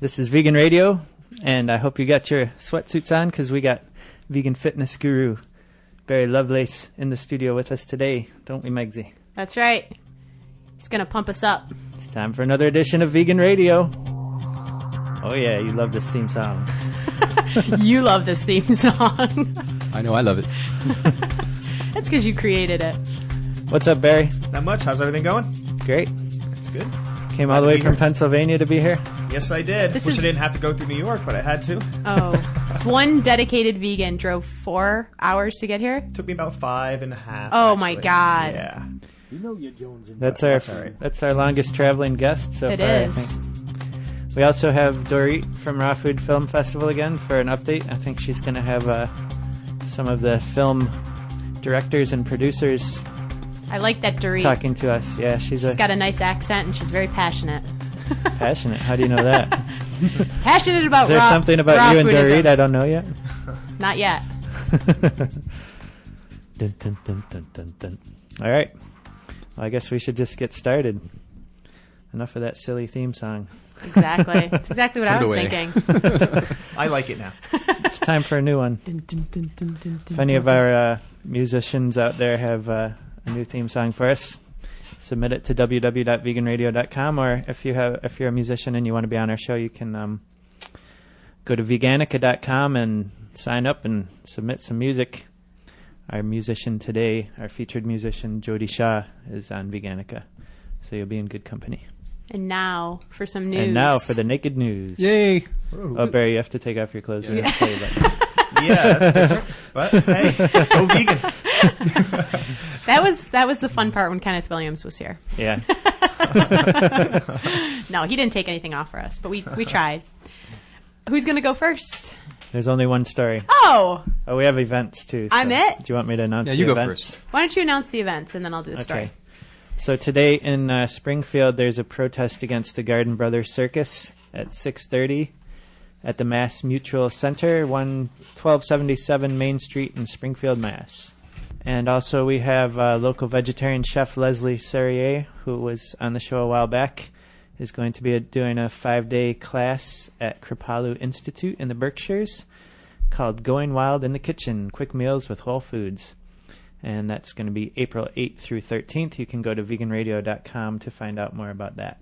This is Vegan Radio, and I hope you got your sweatsuits on because we got vegan fitness guru Barry Lovelace in the studio with us today, don't we, Megsy? That's right. He's going to pump us up. It's time for another edition of Vegan Radio. Oh, yeah, you love this theme song. you love this theme song. I know I love it. That's because you created it. What's up, Barry? Not much. How's everything going? Great. That's good. Came all to the way be from here. Pennsylvania to be here. Yes, I did. This Wish is- I didn't have to go through New York, but I had to. Oh, it's one dedicated vegan drove four hours to get here. Took me about five and a half. Oh, my actually. God. Yeah. You know you're Jones and That's our that's, That's all right. our longest traveling guest so It far. I is. think. We also have Dorit from Raw Food Film Festival again for an update. I think she's going to have uh, some of the film directors and producers I like that Dorit. talking to us. Yeah, she's, She's a got a nice accent and she's very passionate. passionate. How do you know that? Passionate about Is there raw- something about raw you and foodism. Dorit I don't know yet? Not yet. Dun, dun, dun, dun, dun, dun. All right. Well, I guess we should just get started. Enough of that silly theme song. Exactly. That's exactly what I Put it was away. thinking. I like it now. It's time for a new one. If any of our uh, musicians out there have uh, a new theme song for us, submit it to www.veganradio.com. Or if you have, if you're a musician and you want to be on our show, you can um, go to veganica.com and sign up and submit some music. Our musician today, our featured musician Jody Shaw, is on Veganica, so you'll be in good company. And now for some news. And now for the naked news. Yay! Uh, Oh, Barry, you have to take off your clothes. We're gonna say that. Yeah, that's different. But hey, go vegan. that was that was the fun part when Kenneth Williams was here. Yeah. No, he didn't take anything off for us, but we we tried. Who's gonna go first? There's only one story. Oh, Oh, we have events too. I'm so it. Do you want me to announce? Yeah, the you go events? first. why don't you announce the events and then I'll do the story. So today in uh, Springfield, there's a protest against the Garden Brothers Circus at 6:30 at the Mass Mutual Center, 1 1277 Main Street in Springfield, Mass. And also we have uh, local vegetarian chef Leslie Serrier, who was on the show a while back, is going to be doing a five-day class at Kripalu Institute in the Berkshires called "Going Wild in the Kitchen: Quick Meals with Whole Foods." and that's going to be April 8th through 13th. You can go to veganradio.com to find out more about that.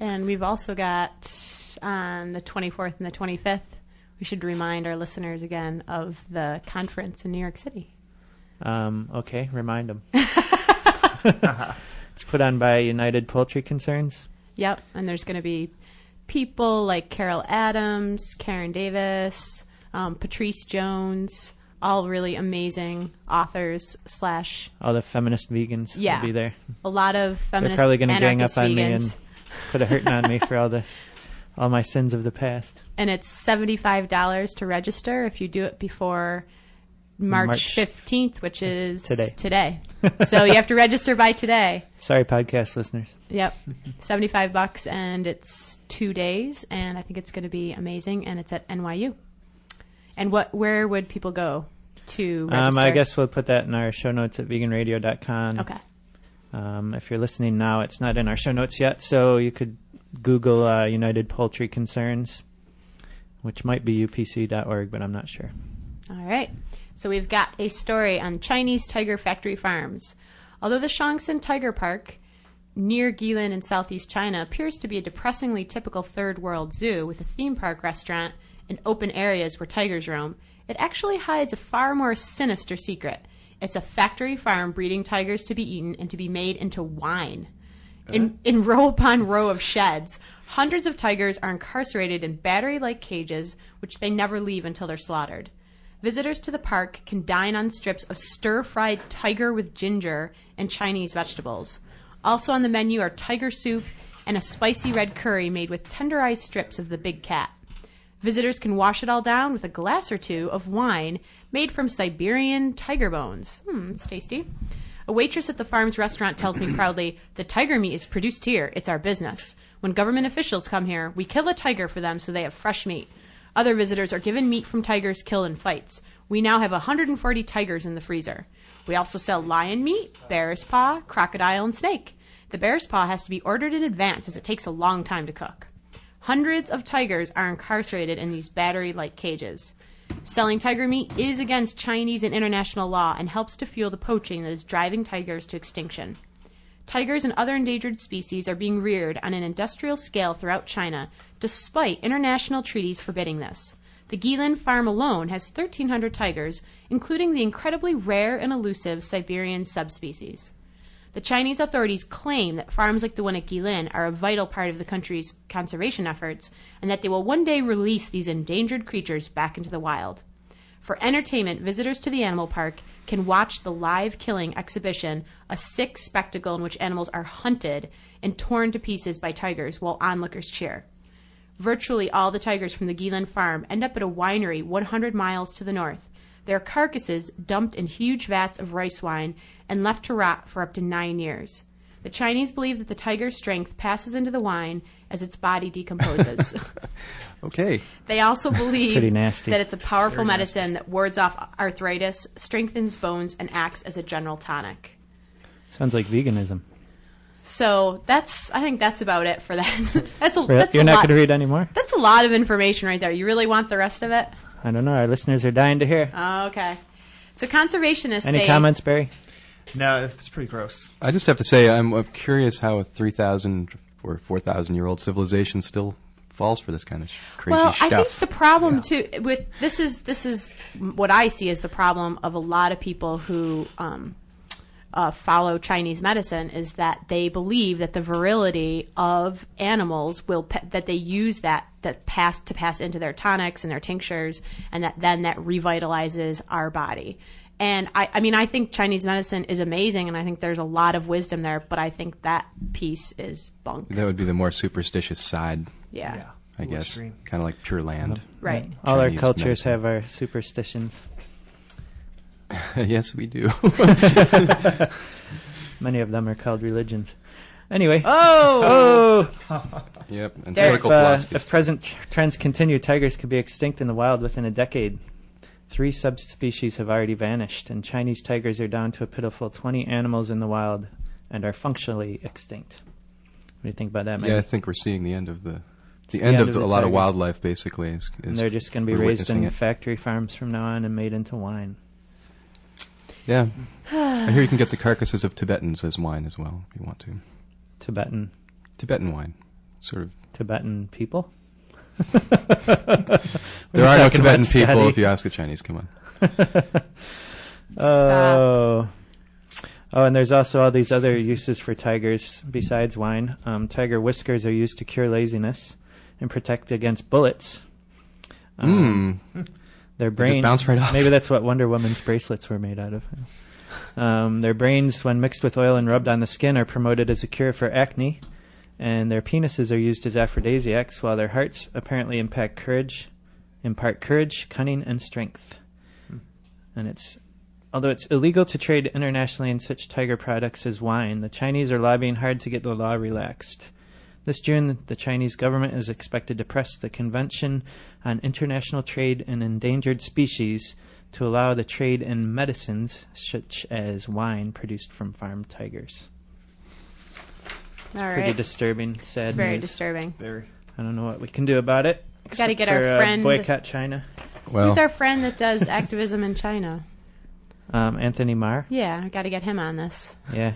And we've also got on the 24th and the 25th. We should remind our listeners again of the conference in New York City. Um, okay, remind them. it's put on by United Poultry Concerns. Yep, and there's going to be people like Carol Adams, Karen Davis, um, Patrice Jones, all really amazing authors slash All the feminist vegans Yeah. will be there. a lot of feminist. They're probably going to gang anarchist up on me vegans. and put a hurting on me for all the all my sins of the past. and it's seventy-five dollars to register if you do it before March March fifteenth, which is Today. Today, so you have to register by today. Sorry, podcast listeners. Yep, seventy-five bucks, and it's two days, and I think it's going to be amazing. And it's at NYU. And what? Where would people go to? Register? Um, I guess we'll put that in our show notes at veganradio.com. Okay. Um, if you're listening now, it's not in our show notes yet, so you could Google uh, United Poultry Concerns, which might be upc.org, but I'm not sure. All right. So we've got a story on Chinese tiger factory farms. Although the Shangxin Tiger Park near Guilin in southeast China appears to be a depressingly typical third world zoo with a theme park restaurant and open areas where tigers roam, it actually hides a far more sinister secret. It's a factory farm breeding tigers to be eaten and to be made into wine. In, in row upon row of sheds, hundreds of tigers are incarcerated in battery like cages, which they never leave until they're slaughtered. Visitors to the park can dine on strips of stir fried tiger with ginger and Chinese vegetables. Also on the menu are tiger soup and a spicy red curry made with tenderized strips of the big cat. Visitors can wash it all down with a glass or two of wine made from Siberian tiger bones. Hmm, it's tasty. A waitress at the farm's restaurant tells me proudly, The tiger meat is produced here. It's our business. When government officials come here, we kill a tiger for them so they have fresh meat. Other visitors are given meat from tigers killed in fights. We now have 140 tigers in the freezer. We also sell lion meat, bear's paw, crocodile, and snake. The bear's paw has to be ordered in advance as it takes a long time to cook. Hundreds of tigers are incarcerated in these battery like cages. Selling tiger meat is against Chinese and international law and helps to fuel the poaching that is driving tigers to extinction. Tigers and other endangered species are being reared on an industrial scale throughout China, despite international treaties forbidding this. The Guilin farm alone has 1,300 tigers, including the incredibly rare and elusive Siberian subspecies. The Chinese authorities claim that farms like the one at Guilin are a vital part of the country's conservation efforts and that they will one day release these endangered creatures back into the wild. For entertainment, visitors to the animal park can watch the live killing exhibition, a sick spectacle in which animals are hunted and torn to pieces by tigers while onlookers cheer. Virtually all the tigers from the Geelan farm end up at a winery 100 miles to the north, their carcasses dumped in huge vats of rice wine and left to rot for up to nine years. The Chinese believe that the tiger's strength passes into the wine as its body decomposes. Okay. They also believe pretty nasty. that it's a powerful medicine that wards off arthritis, strengthens bones, and acts as a general tonic. Sounds like veganism. So that's I think that's about it for that. that's a Re- that's You're a not lot. going to read anymore? That's a lot of information right there. You really want the rest of it? I don't know. Our listeners are dying to hear. Oh, okay. So conservationists Any say comments, Barry? No, it's pretty gross. I just have to say, I'm, I'm curious how a 3,000 or 4,000 year old civilization still falls for this kind of sh- crazy Well, stuff. I think the problem too with this is this is what I see as the problem of a lot of people who um, uh, follow Chinese medicine is that they believe that the virility of animals will pa- that they use that that pass to pass into their tonics and their tinctures, and that then that revitalizes our body. And I, I mean, I think Chinese medicine is amazing, and I think there's a lot of wisdom there. But I think that piece is bunk. that would be the more superstitious side, Yeah, Yeah. I Ooh, guess. extreme. Kind of like Pure Land. right. All our Chinese cultures medicine. have our superstitions. yes, we do. Many of them are called religions. Anyway. Oh, Oh! yep. And Derek, political uh, philosophy. if present tr- trends continue, tigers could be extinct in the wild within a decade. Three subspecies have already vanished, and Chinese tigers are down to a pitiful 20 animals in the wild and are functionally extinct. What do you think about that, Mike? yeah, I think we're seeing the end of the. The the end, end of, of the, the a lot of tiger. wildlife, basically, is, is and they're just going to be we're raised in witnessing it. factory farms from now on and made into wine. Yeah, I hear you can get the carcasses of Tibetans as wine as well, if you want to. Tibetan, Tibetan wine, sort of. Tibetan people. There are no talking about Tibetan people. Scotty. If you ask the Chinese, come on. Oh. Oh, and there's also all these other uses for tigers besides wine. Um, tiger whiskers are used to cure laziness and protect against bullets. Um, Um, Mm. Their brains bounce right off. Maybe that's what Wonder Woman's bracelets were made out of. Um, their brains, when mixed with oil and rubbed on the skin, are promoted as a cure for acne, and their penises are used as aphrodisiacs. While their hearts apparently impact courage, impart courage, cunning, and strength. And it's although it's illegal to trade internationally in such tiger products as wine, the Chinese are lobbying hard to get the law relaxed. This June, the Chinese government is expected to press the Convention on International Trade in Endangered Species to allow the trade in medicines such as wine produced from farm tigers. all Pretty right. disturbing, sad It's very news. disturbing. Very. I don't know what we can do about it. gotta except get our for, uh, friend- boycott China. Well, Who's our friend that does activism in China? Um, Anthony Marr. Yeah, I got to get him on this. Yeah,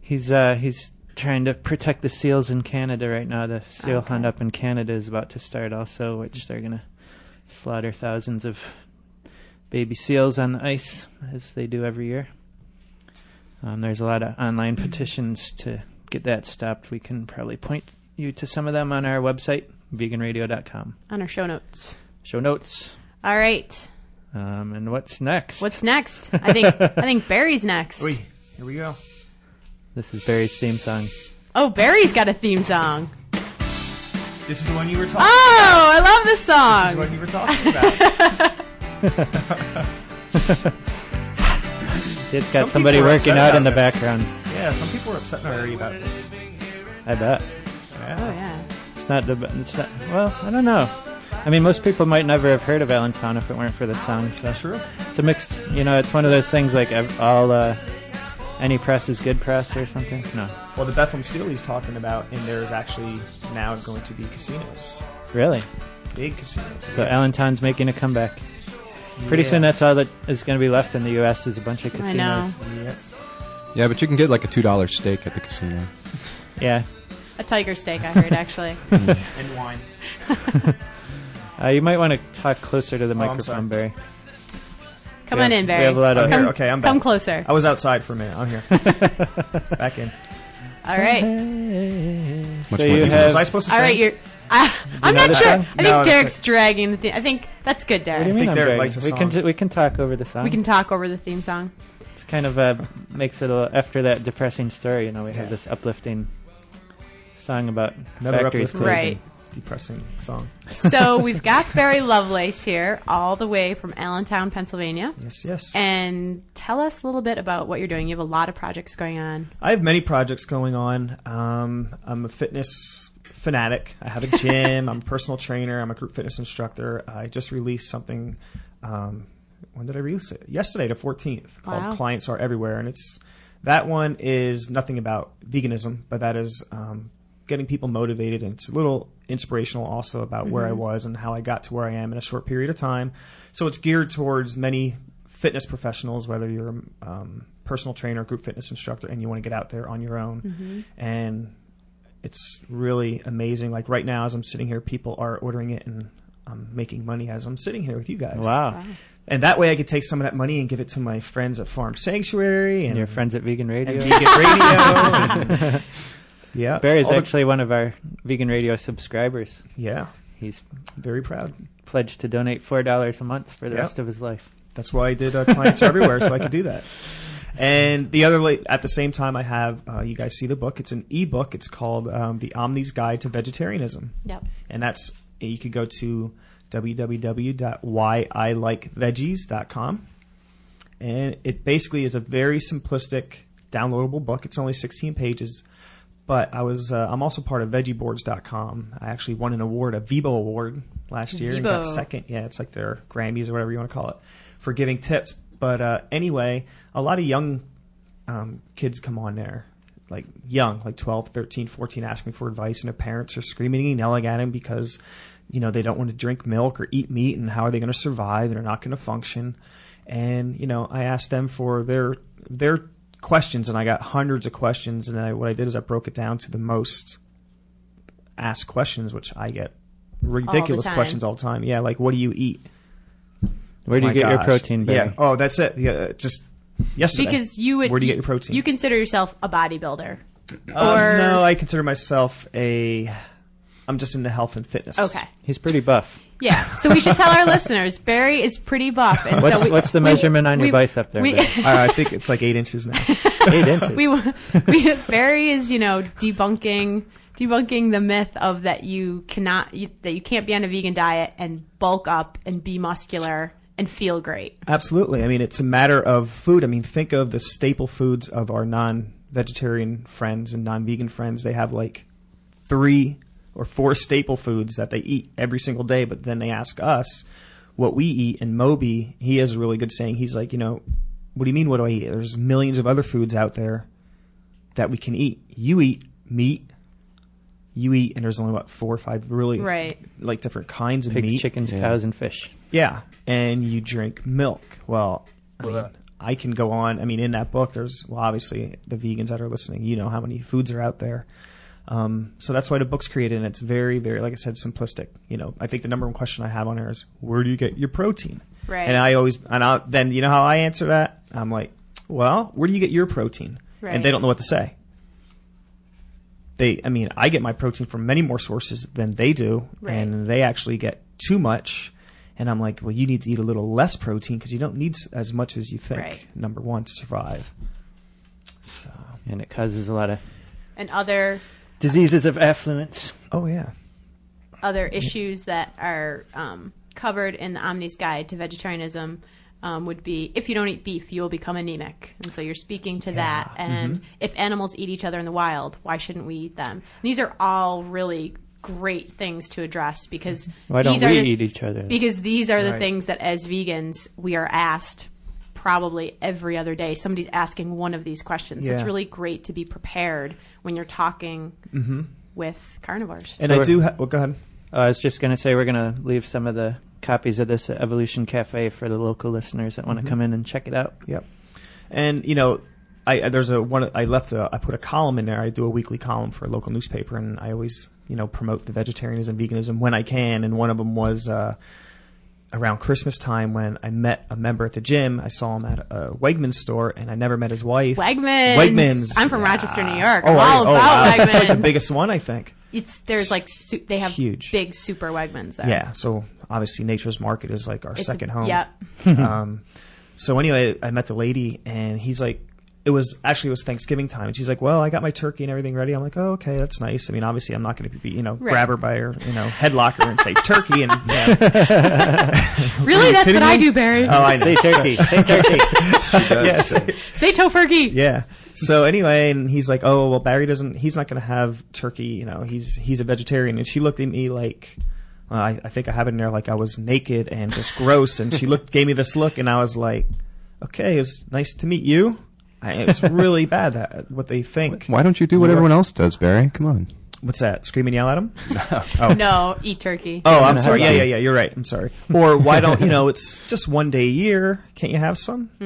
he's uh, he's trying to protect the seals in Canada right now. The seal Okay. hunt up in Canada is about to start also, which they're gonna slaughter thousands of baby seals on the ice as they do every year. Um, there's a lot of online petitions to get that stopped. We can probably point you to some of them on our website, veganradio.com. On our show notes. Show notes. All right. Um, and what's next? What's next? I think I think Barry's next. Oy, here we go. this is Barry's theme song. Oh, Barry's got a theme song. This is the one you were talking. Oh, I love this This is song. what you were talking about. See, it's got Some somebody people are working upset out about in the this. background. yeah, some people are upset and angry about this. I bet. Oh Yeah. yeah. It's not the. It's not. Well, I don't know. I mean, most people might never have heard of Allentown if it weren't for the song. So True. it's a mixed. You know, it's one of those things like I've- all uh, Any press is good press or something? No. Well, the Bethlehem Steel he's talking about, and there's actually now going to be casinos, Really? big casinos. So Allentown's making a comeback. Pretty soon, that's all that is going to be left in the U.S. is a bunch of I casinos. know. Yep. Yeah, but you can get like a two dollar steak at the casino. Yeah. A tiger steak, I heard, actually. And wine. Uh, you might want to talk closer to the Oh, I'm sorry. microphone, Barry. Come Yeah, on in, we Barry. have a lot I'm of- here. Come- Okay, I'm back. Come closer. I was outside for a minute. I'm here. back in. All right. Much so more you easy. have. Was I supposed to All sing? right, you're. I, I'm know not the sure. song? I No, think it's Derek's dragging the theme. I think that's good, what do you Derek. mean think I'm Derek dragging? likes the we can song. t- we can talk over the song. We can talk over the theme song. It's kind of uh, makes it a little, after that depressing story. You know, we have Yeah. this uplifting song about Another factories uplifting- closing. Right. Depressing song. So we've got Barry Lovelace here, all the way from Allentown, Pennsylvania. Yes, yes. And tell us a little bit about what you're doing. You have a lot of projects going on. I have many projects going on. Um, I'm a fitness fanatic. I have a gym. I'm a personal trainer. I'm a group fitness instructor. I just released something. Um, when did I release it? Yesterday, the 14th, called Wow. "Clients Are Everywhere," and it's that one is nothing about veganism, but that is um, getting people motivated, and it's a little inspirational also about where I was and how I got to where I am in a short period of time. So it's geared towards many fitness professionals, whether you're a um, personal trainer, group fitness instructor, and you want to get out there on your Mm-hmm. own. And it's really amazing. Like right now, as I'm sitting here, people are ordering it, and I'm making money as I'm sitting here with you guys. Uh, Wow. And that way, I could take some of that money and give it to my friends at Farm Sanctuary And and, your friends at Vegan Radio. and Vegan Radio. and- yeah, Barry's all the- actually one of our Vegan Radio subscribers. yeah, He's very proud. pledged to donate four dollars a month for the Yep. rest of his life. That's why I did uh, clients everywhere, so I could do that. And the other, la- at the same time, I have uh, you guys see the book. It's an ebook. It's called um, "The Omni's Guide to Vegetarianism," Yep. and that's you could go to www.whyilikeVeggies.com, and it basically is a very simplistic downloadable book. It's only 16 pages, but I was uh, I'm also part of VeggieBoards.com. I actually won an award, a Vibo Award, last year and got Veebo. second. Yeah, it's like their Grammys or whatever you want to call it for giving tips. But uh, anyway, a lot of young um, kids come on there like young like 12 13 14 asking for advice and their parents are screaming and yelling at them because you know they don't want to drink milk or eat meat and how are they going to survive and they're not going to function and you know i asked them for their their questions and i got hundreds of questions and then I, what i did is i broke it down to the most asked questions which i get ridiculous time. questions all the time yeah like what do you eat Where do Oh My you get your gosh. protein, Barry? yeah oh that's it yeah just yesterday Because you would. where do you get your protein You consider yourself a bodybuilder. Um, Or- no, I consider myself a. I'm just into health and fitness. Okay. He's pretty buff. Yeah. So we should tell our listeners Barry is pretty buff. And What's- so we, what's the we- measurement on your we- bicep there, We, Barry? Uh, I think it's like eight inches now. Eight inches. we, we Barry is you know debunking debunking the myth of that you cannot you, that you can't be on a vegan diet and bulk up and be muscular and feel great. Absolutely. I mean, it's a matter of food. I mean, think of the staple foods of our non-vegetarian friends and non-vegan friends. They have like three or four staple foods that they eat every single day, but then they ask us what we eat. And Moby, he has a really good saying. He's like, you know, what do you mean? What do I eat? There's millions of other foods out there that we can eat. You eat meat. You eat, and there's only what four or five really Right. like different kinds of Pigs, meat. chickens, Yeah. cows, and fish. Yeah, and you drink milk. Well, I mean, I can go on. I mean, in that book, there's well, obviously the vegans that are listening. You know how many foods are out there. Um, so that's why the book's created, and it's very, very, like I said, simplistic. You know, I think the number one question I have on here is, where do you get your protein? Right. And I always, and I, then you know how I answer that? I'm like, well, where do you get your protein? Right. And they don't know what to say they i mean i get my protein from many more sources than they do Right. and they actually get too much and i'm like well you need to eat a little less protein because you don't need s- as much as you think Right. number one to survive And it causes a lot of And other diseases of affluence. oh yeah other issues that are um, covered in the Omni's Guide to Vegetarianism um, would be if you don't eat beef, you will become anemic. And so you're speaking to that. And Mm-hmm. if animals eat each other in the wild, why shouldn't we eat them? These are all really great things to address because Why don't these are we the- eat each other? Because these are the Right. things that as vegans we are asked probably every other day somebody's asking one of these questions. So it's Yeah. really great to be prepared when you're talking hmm with carnivores. And So I we're- do. Ha- well, go ahead. Uh, I was just going to say we're going to leave some of the copies of this at Evolution Cafe for the local listeners that want to Mhm. come in and check it out. Yep. And you know, I I- there's a one I left a I put a column in there. I do a weekly column for a local newspaper, and I always you know promote the vegetarianism, veganism when I can. And one of them was uh, around Christmas time when I met a member at the gym. I saw him at a Wegmans store, and I never met his wife. Wegmans. Wegmans. I'm from Rochester, New York. Oh, I'm are all about you? oh wow. Wegmans. It's like the biggest one, I think. It's there's like su- they have Huge. big super Wegmans there. Yeah. So obviously, Nature's Market is like our It's a- second home. Yeah. um, so anyway, I met the lady, and he's like, it was actually it was Thanksgiving time, and she's like, well, I got my turkey and everything ready. I'm like, oh, okay, that's nice. I mean, obviously, I'm not going to be, you know, Right. grab her by her, you know, headlock her and say turkey, and you know, Really, that's kidding what I me? do, Barry. oh, I know. Say turkey. Say turkey. Yeah, so- Say tofurkey. yeah. So anyway, and he's like, "Oh, well, Barry doesn't. He's not going to have turkey. You know, he's he's a vegetarian." And she looked at me like, uh, I, I think I have it in there like I was naked and just gross. And she looked, gave me this look, and I was like, "Okay, it's nice to meet you." I, it's really bad that what they think. Why don't you do what You're- everyone else does, Barry? Come on. Oh. What's that? Scream and yell at him? No, eat turkey. Oh, gonna I'm sorry. Yeah, have yeah, some. yeah. You're right. I'm sorry. Or why don't you know? It's just one day a year. Can't you have some? No.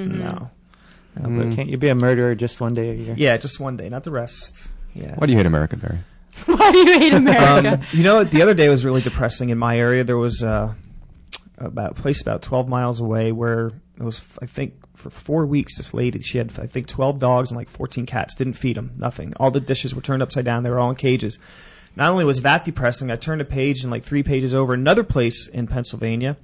Mm. But can't you be a murderer just one day a year? Yeah, just one day, not the rest. Yeah. Why do you hate America, Barry? Why do you hate America? um, you know, the other day was really depressing in my area. There was uh, about a place about 12 miles away where it was, I think, for four weeks, this lady, she had, I think, 12 dogs and like 14 cats. Didn't feed them, nothing. All the dishes were turned upside down. They were all in cages. Not only was that depressing, I turned a page and like three pages over another place in Pennsylvania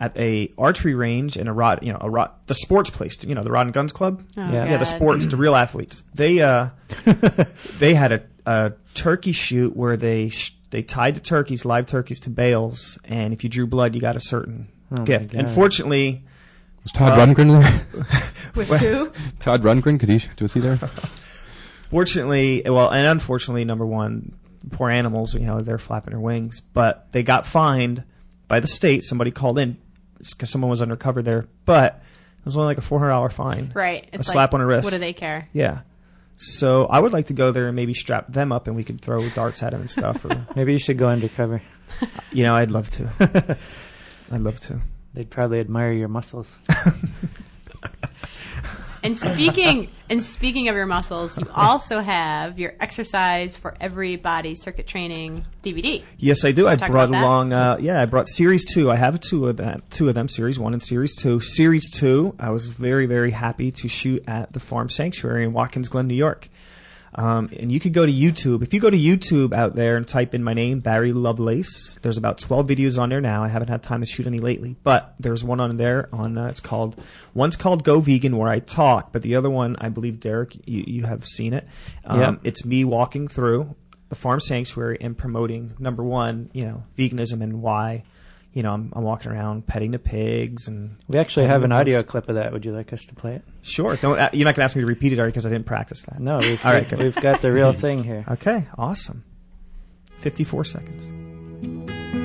at a archery range and a rod, you know, a rod, the sports place, you know, the Rod and Guns Club. Oh, Yeah. Yeah, God. the sports, the real athletes. They uh, they had a, a turkey shoot where they sh- they tied the turkeys, live turkeys, to bales, and if you drew blood, you got a certain Oh my gift. God. Unfortunately, Was Todd Uh, Rundgren there? With who? Todd Rundgren? Could he? Was he there? fortunately, well, and unfortunately, number one, poor animals. You know, they're flapping their wings, but they got fined by the state. Somebody called in because someone was undercover there, but it was only like a four hundred dollar fine. Right. It's a slap like, on the wrist. What do they care? Yeah. So I would like to go there and maybe strap them up, and we could throw darts at them and stuff. Or, Maybe you should go undercover. you know, I'd love to. I'd love to. They'd probably admire your muscles. And speaking and speaking of your muscles, you also have your exercise for every body circuit training DVD. Yes, I do. I talk brought about that? along. Uh, yeah, I brought series two. I have two of them. Two of them, series one and series two. Series two, I was very, very happy to shoot at the Farm Sanctuary in Watkins Glen, New York. Um, and you could go to YouTube. If you go to YouTube out there and type in my name, Barry Lovelace, there's about 12 videos on there now. I haven't had time to shoot any lately, but there's one on there on, uh, it's called, one's called Go Vegan where I talk, but the other one, I believe Derek, you, you have seen it. Um, Yeah. It's me walking through the farm sanctuary and promoting number one, you know, veganism and why, you know, I'm, I'm walking around petting the pigs and We actually have an audio clip of that. Would you like us to play it? sure. Don't, uh, you're not going to ask me to repeat it already because I didn't practice that. No, we've, All right, good. we've got the real thing here. Okay, awesome. 54 seconds.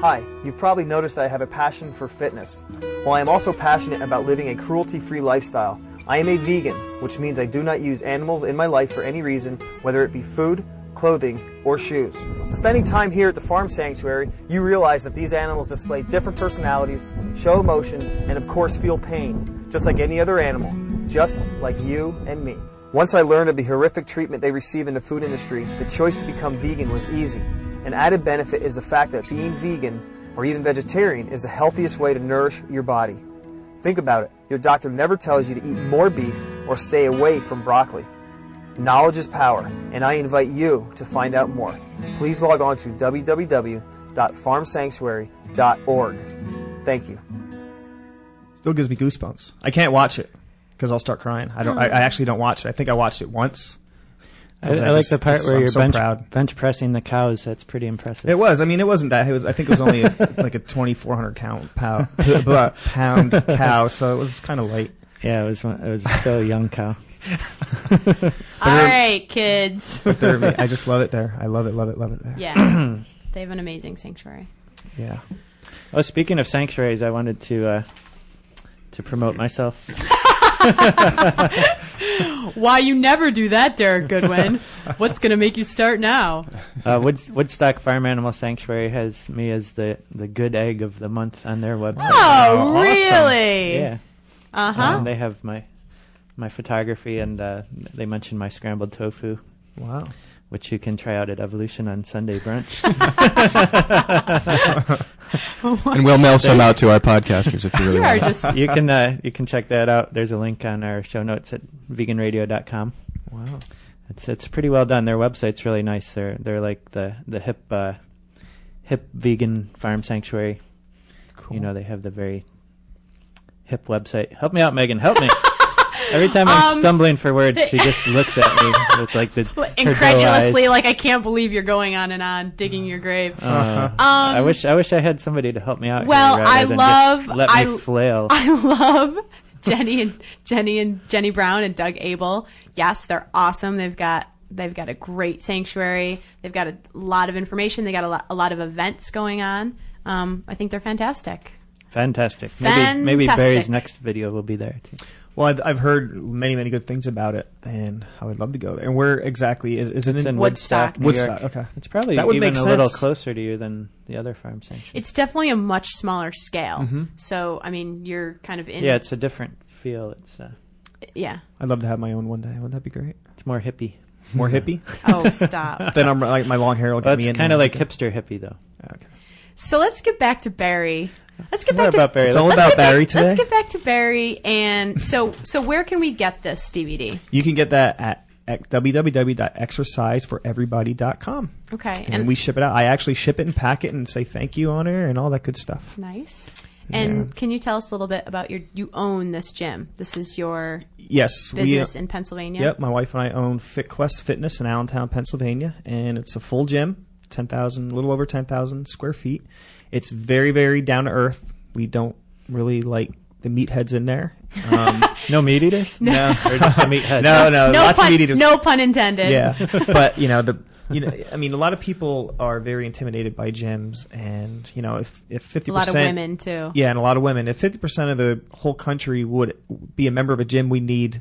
Hi, you've probably noticed I have a passion for fitness. While I am also passionate about living a cruelty free lifestyle, I am a vegan, which means I do not use animals in my life for any reason, whether it be food, clothing, or shoes. Spending time here at the farm sanctuary, you realize that these animals display different personalities, show emotion, and of course feel pain, just like any other animal, just like you and me. Once I learned of the horrific treatment they receive in the food industry, the choice to become vegan was easy. An added benefit is the fact that being vegan or even vegetarian is the healthiest way to nourish your body. Think about it. Your doctor never tells you to eat more beef or stay away from broccoli. Knowledge is power, and I invite you to find out more. Please log on to www.farmsanctuary.org. Thank you. Still gives me goosebumps. I can't watch it because I'll start crying. I don't. I, I actually don't watch it. I think I watched it once. I, Because I I like just- the part it's- where I'm you're so bench, proud. bench pressing the cows. That's pretty impressive. It was. I mean, it wasn't that. It was. I think it was only like a twenty four hundred count pow, blah, pound cow. So it was kind of light. Yeah, it was. one- It was still a young cow. All right, kids. But there, I just love it there. I love it. Love it. Love it there. Yeah. they have an amazing sanctuary. Yeah. Oh, speaking of sanctuaries, I wanted to uh, to promote myself. Why you never do that, Derek Goodwin? What's going to make you start now? Uh, Woods, Woodstock Farm Animal Sanctuary has me as the, the good egg of the month on their website. Oh, awesome. really? Yeah. Uh huh. Um, they have my my photography and uh, they mentioned my scrambled tofu, Wow. which you can try out at Evolution on Sunday brunch. And we'll mail some out to our podcasters if you really you are want. just you can uh, you can check that out. There's a link on our show notes at veganradio.com. Wow. It's it's pretty well done. Their website's really nice. They're they're like the the hip uh, hip vegan farm sanctuary. Cool. You know they have the very hip website. Help me out, Megan. Help me. Every time I'm Um, stumbling for words, she just looks at me with like the her doe incredulously, eyes. like I can't believe you're going on and on digging your grave. Uh, Um, I wish I wish I had somebody to help me out. here Well, rather I than love- Just let I- me flail. I love Jenny and Jenny and Jenny Brown and Doug Abel. Yes, they're awesome. They've got they've got a great sanctuary. They've got a lot of information. They got a lot, a lot of events going on. Um, I think they're fantastic. Fantastic. Maybe maybe Barry's Fantastic. next video will be there too. Well, I've, I've heard many, many good things about it, and I would love to go there. And where exactly is, is it in, It's in Woodstock, Woodstock, New New Woodstock? York. Okay. It's probably That would even make a little sense. closer to you than the other farm sanctuary. It's definitely a much smaller scale. So I mean, you're kind of in. yeah, it's a different feel. It's uh, yeah. I'd love to have my own one day. Wouldn't that be great? it's more hippie. More hippie? Oh, stop. then I'm like my long hair will get Well, me in. it's kind of there. like hipster hippie though. Okay. So let's get back to Barry. Let's get What back about to Barry? It's all let's about get back- Barry today. Let's get back to Barry, and so so where can we get this DVD? You can get that at at www.exerciseforeverybody.com. Okay, and, And, we ship it out. I actually ship it and pack it and say thank you on air and all that good stuff. nice. And can you tell us a little bit about your? You own this gym. This is your Yes. business we, uh, in Pennsylvania. Yep. My wife and I own FitQuest Fitness in Allentown, Pennsylvania, and it's a full gym, 10,000, a little over 10,000 square feet. It's very, very down to earth. We don't really like the meatheads in there. Um, No meat eaters. no. Or just a meathead. No, Oh, no, No lots pun, of meat eaters. no pun intended. Yeah, but you know the you know I mean a lot of people are very intimidated by gyms, and you know if if fifty a lot of percent women too. yeah, and a lot of women. If fifty percent of the whole country would be a member of a gym, we need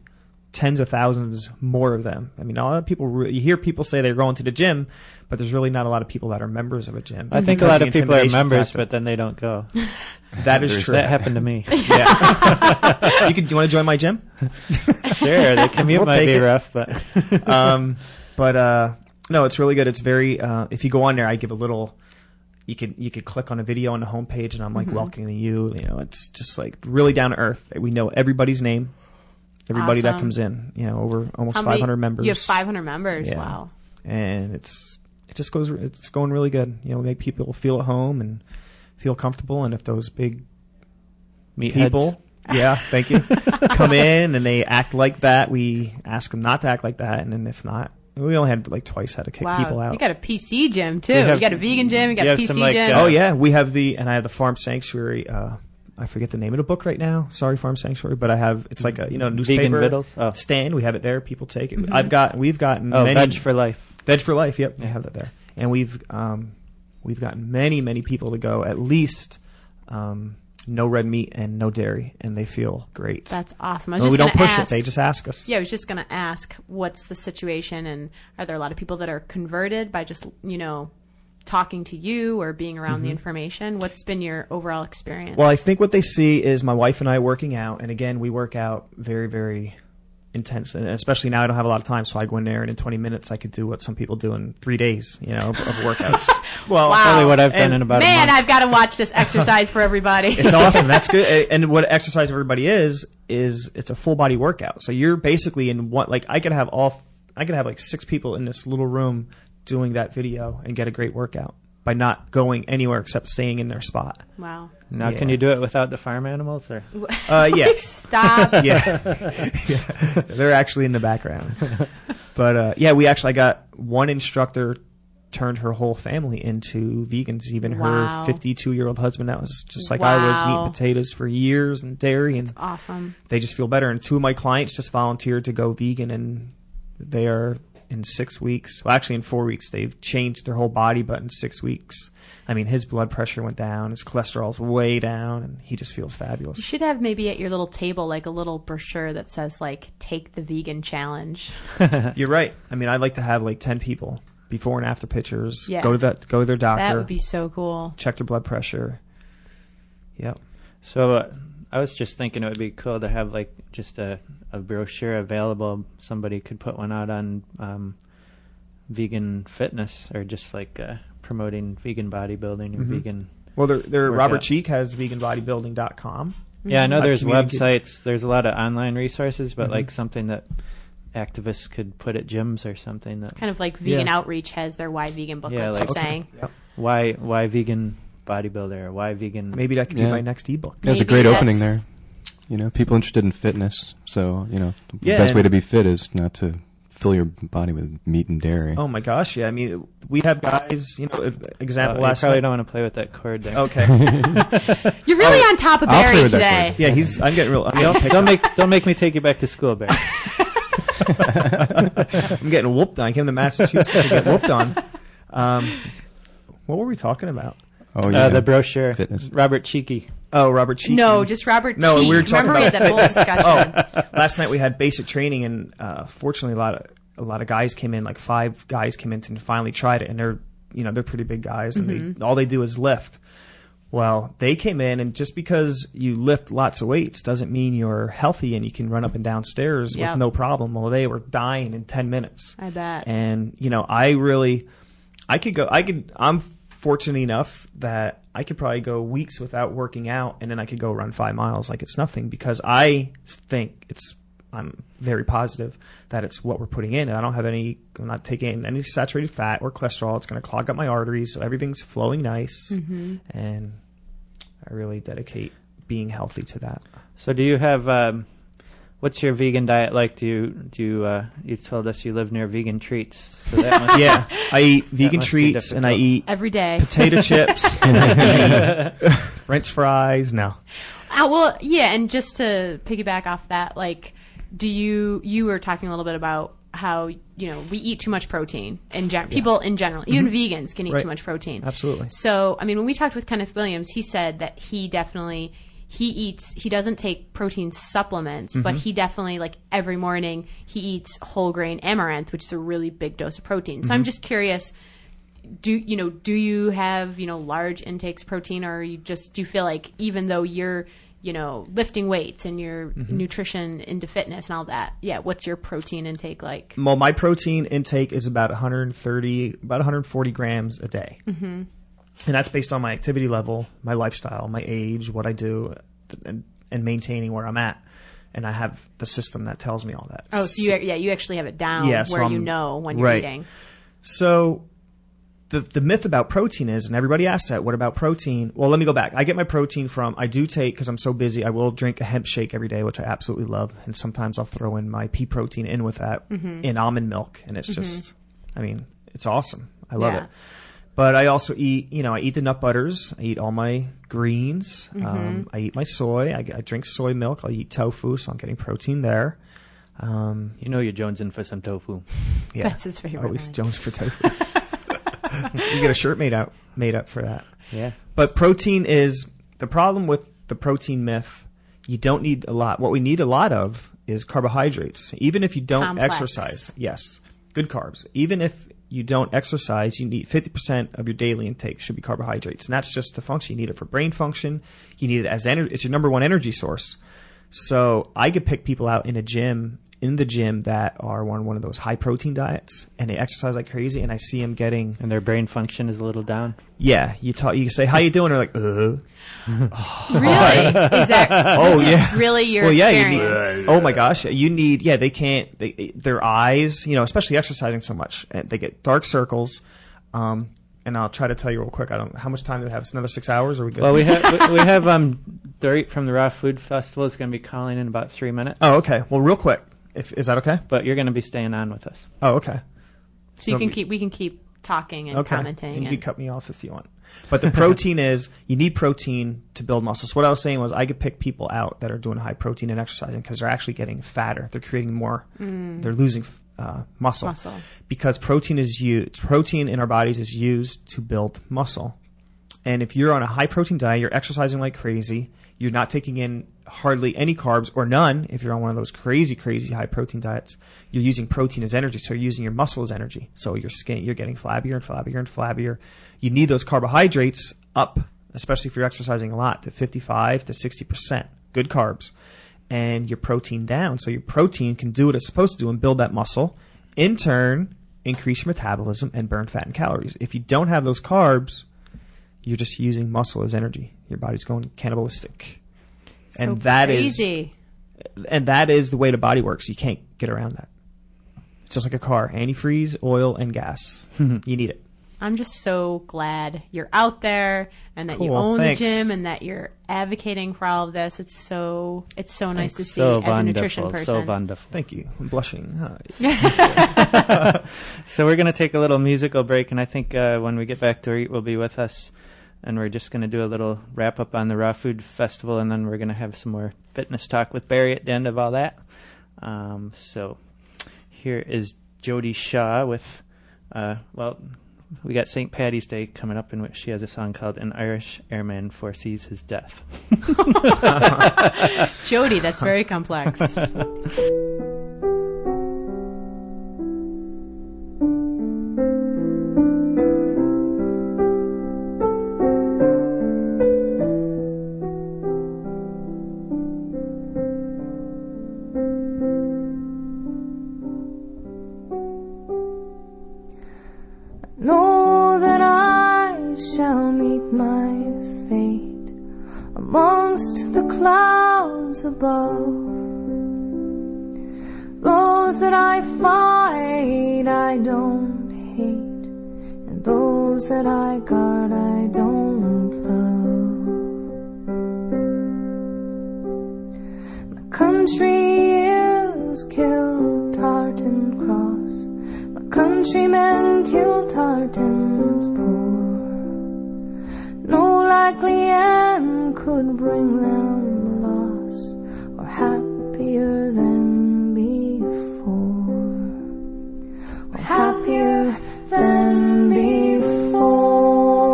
tens of thousands more of them. I mean, a lot of people. Re- you hear people say they're going to the gym, but there's really not a lot of people that are members of a gym. I think a because lot the of people are intimidation members, factor. but then they don't go. that is true. That happened to me. yeah. you could. You want to join my gym? sure, the commute We'll might take be it. rough, but um, but uh, no, it's really good. It's very. Uh, if you go on there, I give a little. You could you could click on a video on the homepage, and I'm like Mm-hmm. welcoming you. You know, it's just like really down to earth. We know everybody's name, everybody that Awesome. comes in. You know, over almost How many- 500 members. You have 500 members. Yeah. Wow. and it's it just goes. It's going really good. You know, make people feel at home and feel comfortable. And if those big meatheads. people. Yeah, thank you. Come in and they act like that. We ask them not to act like that, and then if not, we only had like twice had to kick Wow. people out. You got a PC gym too. You have- you got a vegan gym. You got you a have PC some, like, gym. uh, oh yeah, we have the and I have the farm sanctuary. Uh, I forget the name of the book right now. Sorry, farm sanctuary, but I have it's like a you know newspaper Vittles? Oh. stand. We have it there. People take Mm-hmm. it. I've got we've gotten Oh, many veg for life. Veg for life. Yep, I have that there, and we've um, we've gotten many many people to go at least um, no red meat and no dairy, and they feel great. That's awesome. I was Well, just we don't gonna push ask- it. They just ask us. Yeah, I was just going to ask, what's the situation, and are there a lot of people that are converted by just you know talking to you or being around the information? What's been your overall experience? Mm-hmm. Well, I think what they see is my wife and I working out, and again, we work out very, very intense, and especially now I don't have a lot of time, so I go in there, and in 20 minutes I could do what some people do in three days, you know, of of workouts. well, Wow. Probably what I've done And in about a man, month. I've got to watch this exercise for everybody. it's awesome. That's good. A- And what exercise everybody is is it's a full body workout. So you're basically in one. Like I could have all. I could have like six people in this little room doing that video and get a great workout by not going anywhere except staying in their spot. wow. now, can Yeah. you do it without the farm animals? Or Uh, yeah. Stop. yeah. yeah. They're actually in the background. But uh, yeah, we actually I got one instructor turned her whole family into vegans, even Wow. her 52 year old husband. That was just like I Wow. was eating potatoes for years and dairy, and awesome. they just feel better. And two of my clients just volunteered to go vegan, and they are in six weeks. Well, actually, in four weeks, they've changed their whole body, but in six weeks, I mean, his blood pressure went down, his cholesterol's way down, and he just feels You fabulous. should have maybe at your little table like a little brochure that says like take the vegan challenge. You're right. I mean, I'd like to have like ten people before and after pictures. Yeah. Go to that. Go to their doctor. That would be so cool. check their blood pressure. Yep. So uh, I was just thinking it would be cool to have like just a, a brochure available. Somebody could put one out on um, vegan fitness or just like uh, promoting vegan bodybuilding or Mhm. vegan. Well, there, there Work Robert out. Cheek has veganbodybuilding.com. Yeah, I know Mm-hmm. I've there's communicated- websites. There's a lot of online resources, but Mhm. like something that activists could put at gyms or something that Kind of like vegan Yeah. outreach has their why vegan book. Yeah, that's like- what I'm Okay. saying. Yep. why why vegan bodybuilder or why vegan Maybe that could be Yeah. my next ebook. There's a Maybe great opening that's- there. You know, people interested in fitness. So you know, the Yeah, best way and- to be fit is not to fill your body with meat and dairy. Oh my gosh! Yeah, I mean, we have guys. You know, example Oh, you last probably night- don't want to play with that chord there. Okay. You're really Oh, on top of I'll play Barry with that today. for yeah, he's. I'm getting real. I mean, I'll pick don't make don't make me take you back to school, Barry. I'm getting whooped on. I came to Massachusetts to get whooped on. Um, what were we talking about? Oh uh, the brochure, Fitness. Robert Cheeky. Oh, Robert Cheek. No, just Robert. No, Cheek. we were talking Remember about Oh. we had that whole discussion. last night we had basic training, and uh, fortunately, a lot of a lot of guys came in. Like five guys came in and finally tried it, and they're you know they're pretty big guys, and they, all they do is lift. Well, they came in, and just because you lift lots of weights doesn't mean you're healthy and you can run up and down stairs Yeah. with no problem. Well, they were dying in ten minutes. I bet. And you know, I really, I could go. I could. I'm fortunate enough that I could probably go weeks without working out, and then I could go run five miles like it's nothing because I think it's. I'm very positive that it's what we're putting in, and I don't have any. I'm not taking in any saturated fat or cholesterol. It's going to clog up my arteries, so everything's flowing nice, and I really dedicate being healthy to that. So, do you have um, what's your vegan diet like? Do you do you, uh, you told us you live near vegan treats? So that must, Yeah, I eat vegan must be treats, and I difficult. eat Every day. potato chips, and I eat French fries. No, Ah, well, yeah, and just to piggyback off that, like, do you you were talking a little bit about how you know we eat too much protein and gen- people in general, even vegans can eat Mm-hmm. Right. too much protein. Absolutely. So, I mean, when we talked with Kenneth Williams, he said that he definitely he eats he doesn't take protein supplements, but Mm-hmm. he definitely like every morning he eats whole grain amaranth, which is a really big dose of protein. Mm-hmm. So I'm just curious do you know do you have you know large intakes of protein or you just do you feel like even though you're you know lifting weights and your Mm-hmm. nutrition into fitness and all that yeah what's your protein intake like well, my protein intake is about 130, about 140 grams a day, mm-hmm. and that's based on my activity level, my lifestyle, my age, what I do, and, and maintaining where I'm at. And I have the system that tells me all that. oh so you yeah you actually have it down Yeah, so where you I'm- know when you're right. eating So the the myth about protein is, and everybody asks that, what about protein? Well, let me go back. I get my protein from I do take because I'm so busy. I will drink a hemp shake every day, which I absolutely love, and sometimes I'll throw in my pea protein in with that Mm-hmm. in almond milk, and it's just, I mean, it's awesome. I love Yeah. it. But I also eat, you know, I eat the nut butters. I eat all my greens. Mm-hmm. Um, I eat my soy. I, I drink soy milk. I eat tofu, so I'm getting protein there. Um, you know you're jonesing for some tofu. yeah. That's his favorite Always line. Jones for tofu. you get a shirt made out made up for that. Yeah. But protein is the problem with the protein myth. You don't need a lot. What we need a lot of is carbohydrates. Even if you don't Complex. exercise, yes, good carbs. Even if you don't exercise, you need 50% of your daily intake should be carbohydrates. And that's just the function. You need it for brain function. You need it as energy. It's your number one energy source. So I could pick people out in a gym, in the gym that are on one of those high protein diets and they exercise like crazy. And I see them getting And their brain function is a little down. yeah, you talk. You say, "How you doing?" They're like, "Uh." really is that oh this yeah. is really your well, yeah. You experience need, oh my gosh, you need. Yeah, they can't. They, their eyes, you know, especially exercising so much, and they get dark circles. Um, and I'll try to tell you real quick. I don't. How much time do we have? It's another six hours. Are we good? Well, we have we, we have um Dorit from the Raw Food Festival is going to be calling in about three minutes, oh, okay. Well, real quick. If is that okay? but you're going to be staying on with us. Oh, okay. so you No, can we- keep we can keep talking and okay. commenting And you can and- cut me off if you want. But the protein is you need protein to build muscles. What I was saying was I could pick people out that are doing high protein and exercising because they're actually getting fatter. They're creating more. They're losing f- uh, muscle. Mm. Muscle. because protein is used protein in our bodies is used to build muscle and if you're on a high protein diet you're exercising like crazy you're not taking in hardly any carbs or none if you're on one of those crazy crazy high protein diets you're using protein as energy so you're using your muscle as energy so your skin you're getting flabbier and flabbier and flabbier you need those carbohydrates up especially if you're exercising a lot to 55 to 60% good carbs and your protein down so your protein can do what it's supposed to do and build that muscle in turn increase your metabolism and burn fat and calories. If you don't have those carbs, you're just using muscle as energy. Your body's going cannibalistic. and so that is crazy. and that is the way the body works. You can't get around that. It's just like a car, antifreeze, oil, and gas. you need it. I'm just so glad you're out there and that you Cool, own thanks. the gym and that you're advocating for all of this. It's so it's so nice to see so as wonderful. a nutrition person. So wonderful. Thank you. I'm blushing. Huh. So we're going to take a little musical break, and I think uh, when we get back, Dorit will be with us, and we're just going to do a little wrap up on the Raw Food Festival, and then we're going to have some more fitness talk with Barry at the end of all that. Um, so here is Jody Shaw with, uh, well, we got St. Patty's Day coming up, in which she has a song called "An Irish Airman Foresees His Death." Jody, that's very complex. know that I shall meet my fate amongst the clouds above. Those that I fight, I don't hate, and those that I guard, I don't love. My country is killed, tartan cross. My countrymen kill tartans poor. No likely end could bring them loss or happier than before. Or happier than before.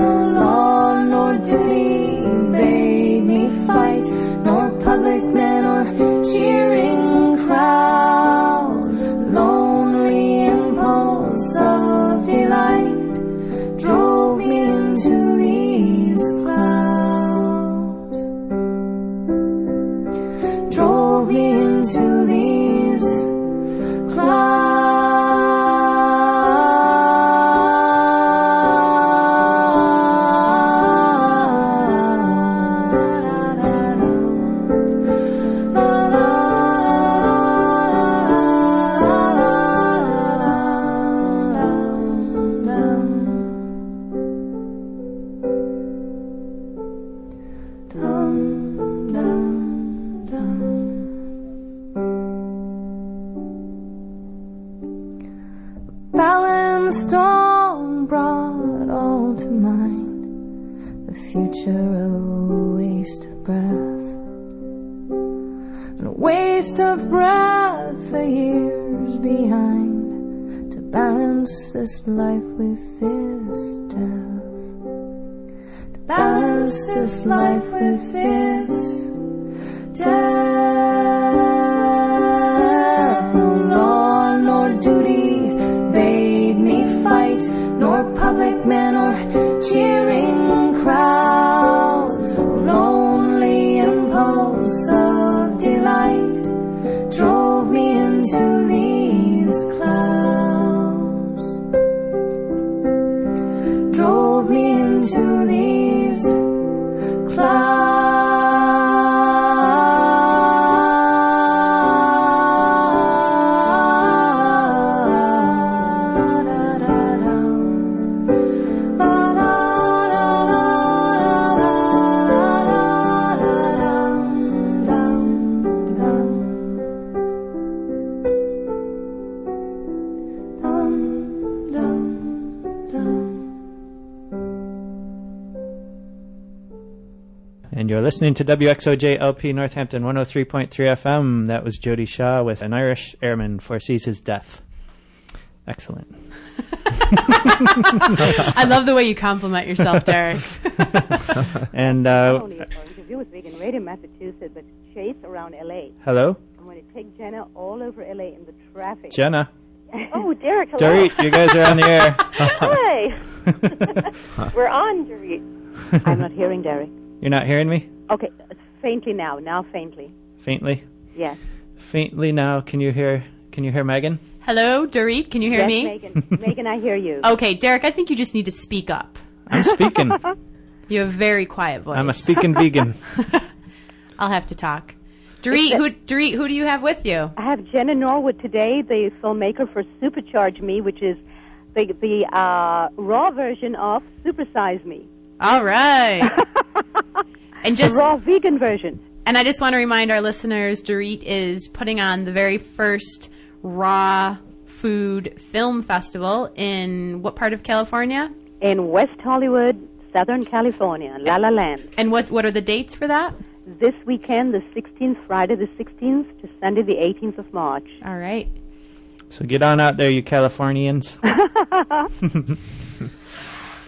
No law nor duty bade me fight, nor public men or cheering crowds. Lonely impulse of delight drove me into these clouds. Drove me into these clouds. Dum, dum, dum. balanced on brought all to mind the future a waste of breath and a waste of breath the years behind to balance this life with this death to balance this life with this death. No law nor duty bade me fight, nor public men or cheering crowds. Lonely impulse of delight drove me into these clouds. Drove me into these clouds. Dum, dum, dum. You're listening to WXOJ LP Northampton 103.3 FM. That was Jody Shaw with An Irish Airman Foresees His Death. Excellent. I love the way you compliment yourself, Derek. And Not uh, only for an interview with Vegan Radio Massachusetts, but to chase around LA. hello, I'm going to take Jenna all over LA in the traffic. Jenna. oh, Derek, hello. Dorit, you guys are on the air. Hi. We're on, Derek. I'm not hearing Derek. You're not hearing me? Okay, faintly now, now faintly. Faintly? Yes. Faintly now. Can you hear? Can you hear Megan? Hello, Dorit. Can you hear yes, me? Megan. Megan, I hear you. Okay, Derek. I think you just need to speak up. I'm speaking. You have a very quiet voice. I'm a speaking vegan. I'll have to talk. Dorit, who Dorit, who do you have with you? I have Jenna Norwood today, the filmmaker for Supercharge Me, which is the, the uh, raw version of Supersize Me. All right. And The just raw vegan version. and I just want to remind our listeners, Dorit is putting on the very first raw food film festival in what part of California? in West Hollywood, Southern California, La La Land. And what what are the dates for that? This weekend, the 16th, Friday the 16th to Sunday the 18th of March. All right. so get on out there, you Californians.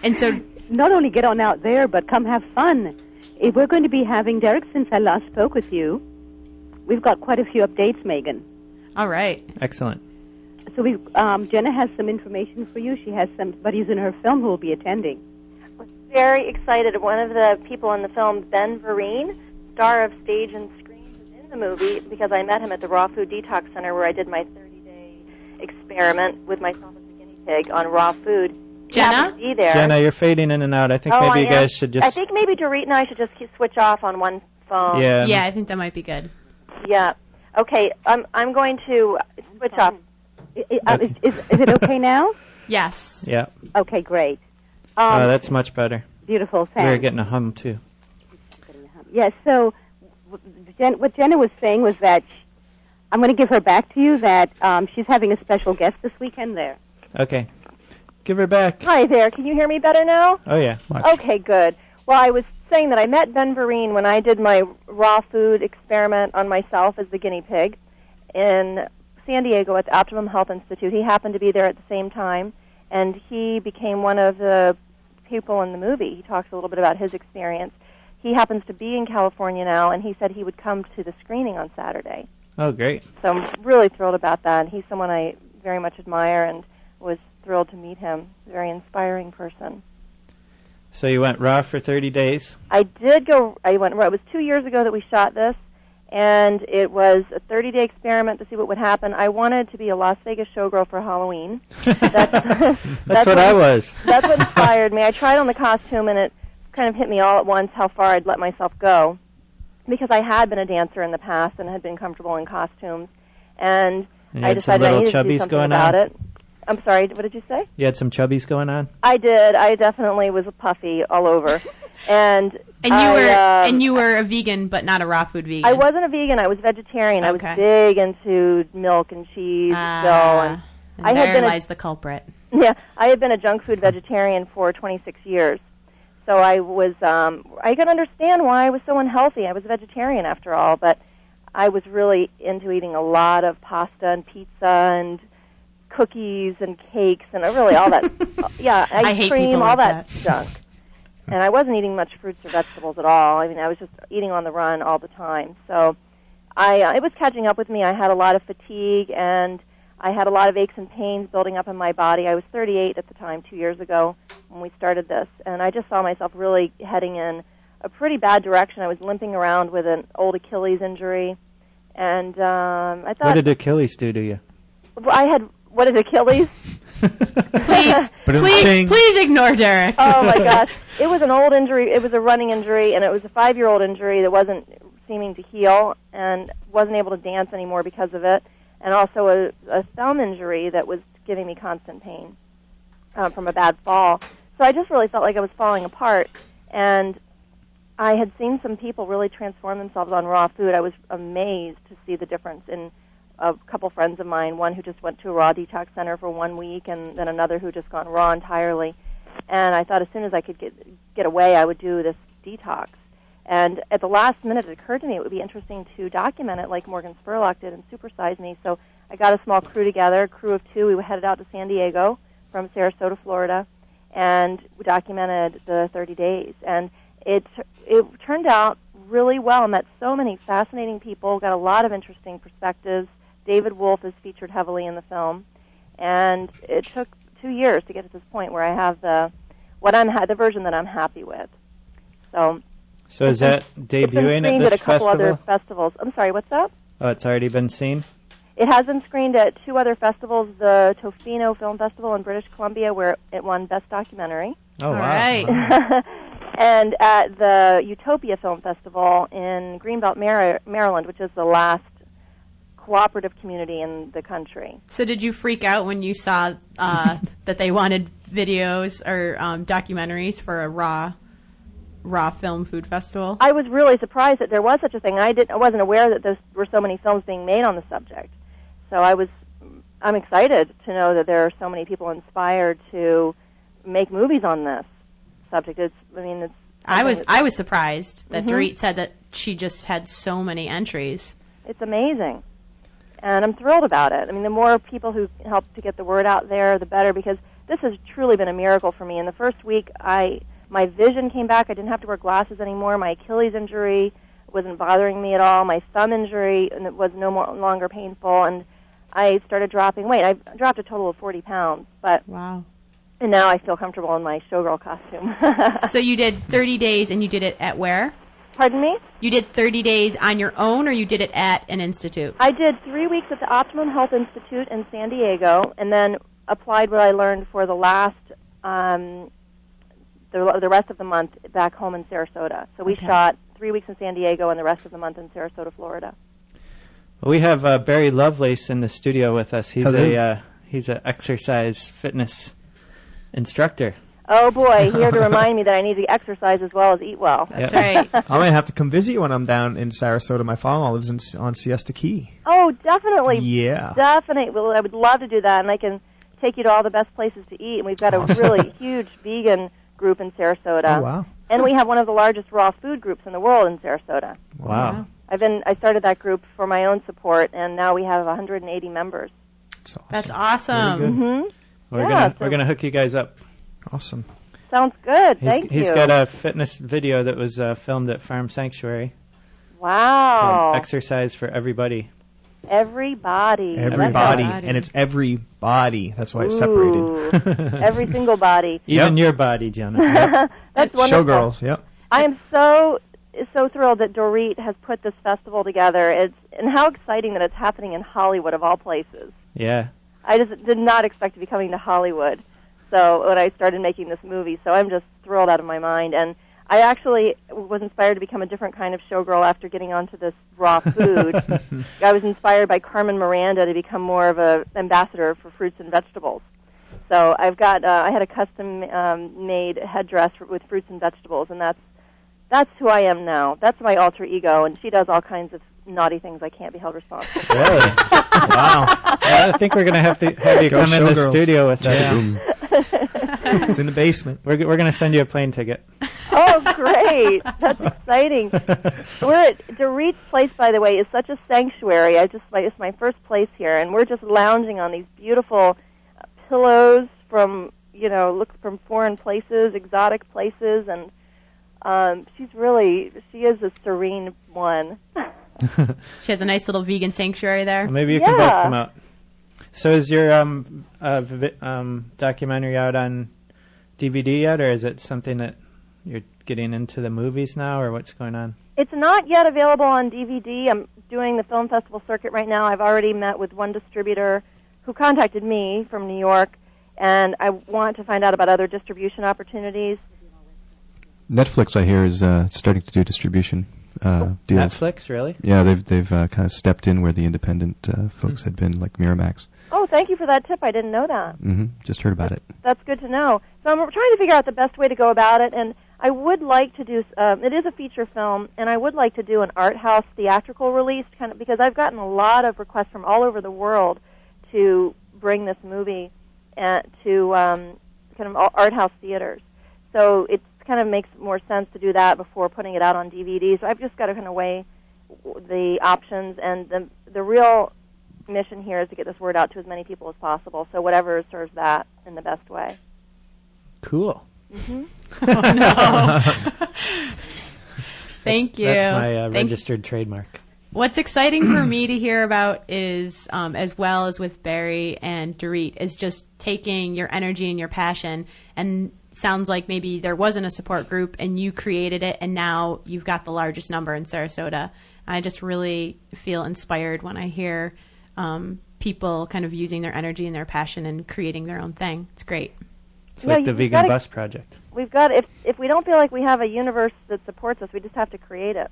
And so Not only get on out there, but come have fun. If we're going to be having, Derek, since I last spoke with you, we've got quite a few updates, Megan. all right. Excellent. So we, um, Jenna has some information for you. She has some buddies in her film who will be attending. was very excited. One of the people in the film, Ben Vereen, star of stage and screen, was in the movie because I met him at the Raw Food Detox Center where I did my 30 day experiment with myself as a guinea pig on raw food. He Jenna? happened to be there. Jenna, you're fading in and out. I think Oh, maybe I you am. guys should just. I think maybe Dorit and I should just keep- switch off on one phone. yeah. Yeah, I think that might be good. Yeah. Okay. I'm I'm going to switch off. I- I- uh, is, is, is it okay now? Yes. Yeah. Okay, great. Oh, Um, that's much better. beautiful. Thanks. We We're getting a hum too. Yes. So, w- Jen, what Jenna was saying was that sh I'm going to give her back to you. That um, she's having a special guest this weekend there. Okay. Give her back. Hi there. Can you hear me better now? Oh yeah. Okay, good. Well, I was saying that I met Ben Vereen when I did my raw food experiment on myself as the guinea pig in San Diego at the Optimum Health Institute. He happened to be there at the same time, and he became one of the people in the movie. He talks a little bit about his experience. He happens to be in California now, and he said he would come to the screening on Saturday. Oh great. So I'm really thrilled about that. And he's someone I very much admire and was thrilled to meet him. Very inspiring person. So you went raw for 30 days. I did go. I went. It was two years ago that we shot this, and it was a 30-day experiment to see what would happen. I wanted to be a Las Vegas showgirl for Halloween. That's, that's, That's, what I was. That's what inspired me. I tried on the costume, and it kind of hit me all at once how far I'd let myself go, because I had been a dancer in the past and had been comfortable in costumes, and And you I had some decided I little needed to do chubbies something going about on. it. I'm sorry. What did you say? You had some chubbies going on. I did. I definitely was a puffy all over, and And you I, were um, and you were a vegan but not a raw food vegan. I wasn't a vegan. I was vegetarian. I was Okay. big into milk and cheese Ah, and dough, and I had there been a- lies the culprit. and yeah, I had been a junk food vegetarian for 26 years. So I was. Um, I could understand why I was so unhealthy. I was a vegetarian after all, but I was really into eating a lot of pasta and pizza and cookies and cakes and really all that. yeah, ice I hate cream, people all like that. junk. And I wasn't eating much fruits or vegetables at all. I mean, I was just eating on the run all the time. So I uh, it was catching up with me. I had a lot of fatigue and I had a lot of aches and pains building up in my body. I was 38 at the time, two years ago when we started this, and I just saw myself really heading in a pretty bad direction. I was limping around with an old Achilles injury, and um, I What thought did Achilles do to you? well, I had what is Achilles? Please, please, Ba-dum-ching. please ignore Derek. oh my gosh, it was an old injury. It was a running injury, and it was a five-year-old injury that wasn't seeming to heal, and wasn't able to dance anymore because of it, and also a, a thumb injury that was giving me constant pain um, from a bad fall. So I just really felt like I was falling apart, and I had seen some people really transform themselves on raw food. I was amazed to see the difference in a couple friends of mine, one who just went to a raw detox center for one week and then another who just gone raw entirely. And I thought as soon as I could get get away, I would do this detox. And at the last minute, it occurred to me it would be interesting to document it like Morgan Spurlock did in Supersize Me. So I got a small crew together, a crew of two. We headed out to San Diego from Sarasota, Florida, and we documented the 30 days. And it it turned out really well. Met so many fascinating people. Got a lot of interesting perspectives. David Wolf is featured heavily in the film, and it took two years to get to this point where I have the what I'm ha- the version that I'm happy with. So So is that it's been debuting at screened this a couple festival? other festivals. I'm sorry, what's up? Oh, it's already been seen. It has been screened at two other festivals: the Tofino Film Festival in British Columbia, where it won Best Documentary, Oh All wow! right. and at the Utopia Film Festival in Greenbelt, Mar- Maryland, which is the last cooperative community in the country. So did you freak out when you saw uh, that they wanted videos or um, documentaries for a raw, raw film food festival? I was really surprised that there was such a thing. I didn't, I wasn't aware that there were so many films being made on the subject. So I was, I'm excited to know that there are so many people inspired to make movies on this subject. It's, I mean, it's. I Mm-hmm. was I was surprised that Dorit said that she just had so many entries. It's amazing, and I'm thrilled about it. I mean, the more people who help to get the word out there, the better. Because this has truly been a miracle for me. In the first week, I my vision came back. I didn't have to wear glasses anymore. My Achilles injury wasn't bothering me at all. My thumb injury and it was no more longer painful, and I started dropping weight. I dropped a total of 40 pounds, but Wow. and now I feel comfortable in my showgirl costume. So you did 30 days and you did it at where? Pardon me. You did 30 days on your own or you did it at an institute? I did three weeks at the Optimum Health Institute in San Diego, and then applied what I learned for the last um, the, the rest of the month back home in Sarasota. So we shot three weeks in San Diego and the rest of the month in Sarasota, Florida. We have uh, Barry Lovelace in the studio with us. He's Hello. a uh, he's an exercise fitness instructor. Oh boy, here to remind me that I need to exercise as well as eat well. That's Right. I might have to come visit you when I'm down in Sarasota. My father lives in, on Siesta Key. Oh, definitely, Yeah. definitely. Well, I would love to do that, and I can take you to all the best places to eat. And we've got a really huge vegan group in Sarasota. Oh, wow. And we have one of the largest raw food groups in the world in Sarasota. Wow. I've been I started that group for my own support, and now we have 180 members. It's awesome. That's awesome. We're Yeah, gonna so- we're gonna hook you guys up. awesome. Sounds good. He's, Thank he's you. got a fitness video that was uh, filmed at Farm Sanctuary. wow. called Exercise for everybody. everybody. Everybody, Everybody. and it's everybody. That's why it's That's separated. separated. Every single body. Even your body, Jonah. That's wonderful. Showgirls. Yep. I am so so thrilled that Dorit has put this festival together. It's and how exciting that it's happening in Hollywood of all places. yeah. I just did not expect to be coming to Hollywood. So when I started making this movie, so I'm just thrilled out of my mind. And I actually was inspired to become a different kind of showgirl after getting onto this raw food. I was inspired by Carmen Miranda to become more of a ambassador for fruits and vegetables. So I've got uh, I had a custom um, made headdress with fruits and vegetables, and that's that's who I am now. That's my alter ego, and she does all kinds of naughty things I can't be held responsible. for. Really? Wow. I think we're gonna have to have you Go come in the Showgirls. studio with us. Boom. It's in the basement. We're, g- we're gonna send you a plane ticket. Oh, great. That's exciting. We're at Dorit's place, by the way, is such a sanctuary. I just like it's my first place here, and we're just lounging on these beautiful uh, pillows from you know look from foreign places, exotic places, and um, she's really she is a serene one. She has a nice little vegan sanctuary there. Maybe you can both Yeah. come out. So is your um, uh, vi- um, documentary out on DVD yet, or is it something that you're getting into the movies now, or what's going on? It's not yet available on DVD. I'm doing the film festival circuit right now. I've already met with one distributor who contacted me from New York, and I want to find out about other distribution opportunities. Netflix, I hear, is uh, starting to do distribution uh, deals. Oh, Netflix, really? Yeah, they've they've uh, kind of stepped in where the independent uh, folks Hmm. had been, like Miramax. Oh, thank you for that tip. I didn't know that. hmm Just heard about it. That's good to know. So I'm trying to figure out the best way to go about it, and I would like to do. Um, it is a feature film, and I would like to do an art house theatrical release, kind of because I've gotten a lot of requests from all over the world to bring this movie uh, to um, kind of all art house theaters. So it's kind of makes more sense to do that before putting it out on DVD. So I've just got to kind of weigh the options and the the real mission here is to get this word out to as many people as possible. So whatever serves that in the best way. Cool. Thank you. That's my uh, Thank- registered trademark. What's exciting for me to hear about is, um, as well as with Barry and Dorit, is just taking your energy and your passion. And sounds like maybe there wasn't a support group and you created it, and now you've got the largest number in Sarasota. I just really feel inspired when I hear um, people kind of using their energy and their passion and creating their own thing. It's great. It's Yeah, like the you vegan gotta- bus project. We've got if if we don't feel like we have a universe that supports us, we just have to create it.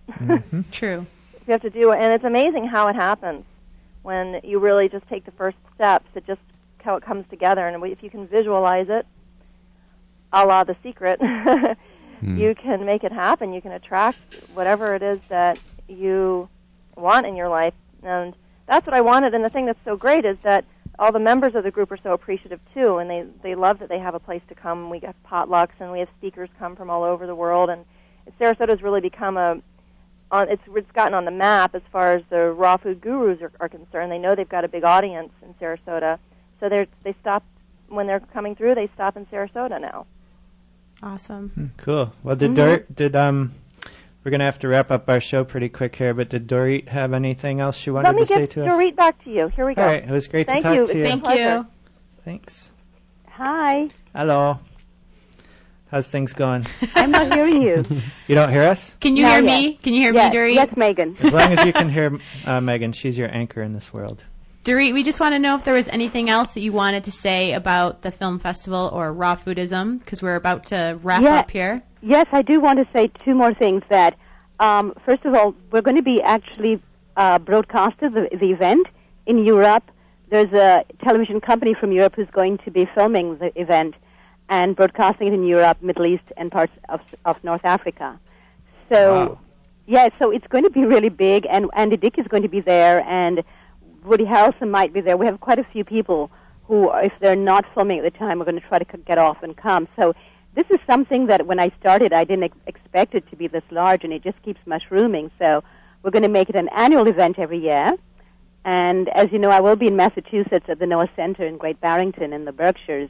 True. you have to do it, and it's amazing how it happens when you really just take the first steps. It just how it comes together, and if you can visualize it, a la The Secret, you can make it happen. You can attract whatever it is that you want in your life, and that's what I wanted. And the thing that's so great is that all the members of the group are so appreciative too, and they they love that they have a place to come. We have potlucks, and we have speakers come from all over the world, and Sarasota's really become a on it's it's gotten on the map as far as the raw food gurus are, are concerned. They know they've got a big audience in Sarasota, so they are they stop when they're coming through. They stop in Sarasota now. Awesome. Cool. Well, did Mm-hmm. Dor- did um, we're gonna have to wrap up our show pretty quick here. But did Dorit have anything else she wanted Let me to say get to us? Dorit back to you. Here we go. All right. It was great Thank to talk you. to you. Thank- Thank you. Pleasure. Thanks. Hi. Hello. How's things going? I'm not hearing you. You don't hear us? Can you Not hear yet. me? Can you hear yes, me, Dorit? yes, Megan. As long as you can hear uh, Megan, she's your anchor in this world. Dorit, we just want to know if there was anything else that you wanted to say about the film festival or raw foodism, because we're about to wrap Yeah. up here. Yes, I do want to say two more things. That um, first of all, we're going to be actually uh, broadcasted the, the event in Europe. There's a television company from Europe who's going to be filming the event and broadcasting it in Europe, Middle East, and parts of of North Africa. So. Wow. Yeah, so it's going to be really big, and Andy Dick is going to be there, and Woody Harrelson might be there. We have quite a few people who, if they're not filming at the time, are going to try to c- get off and come. So this is something that when I started, I didn't ex- expect it to be this large, and it just keeps mushrooming. So we're going to make it an annual event every year. And as you know, I will be in Massachusetts at the Noah Center in Great Barrington in the Berkshires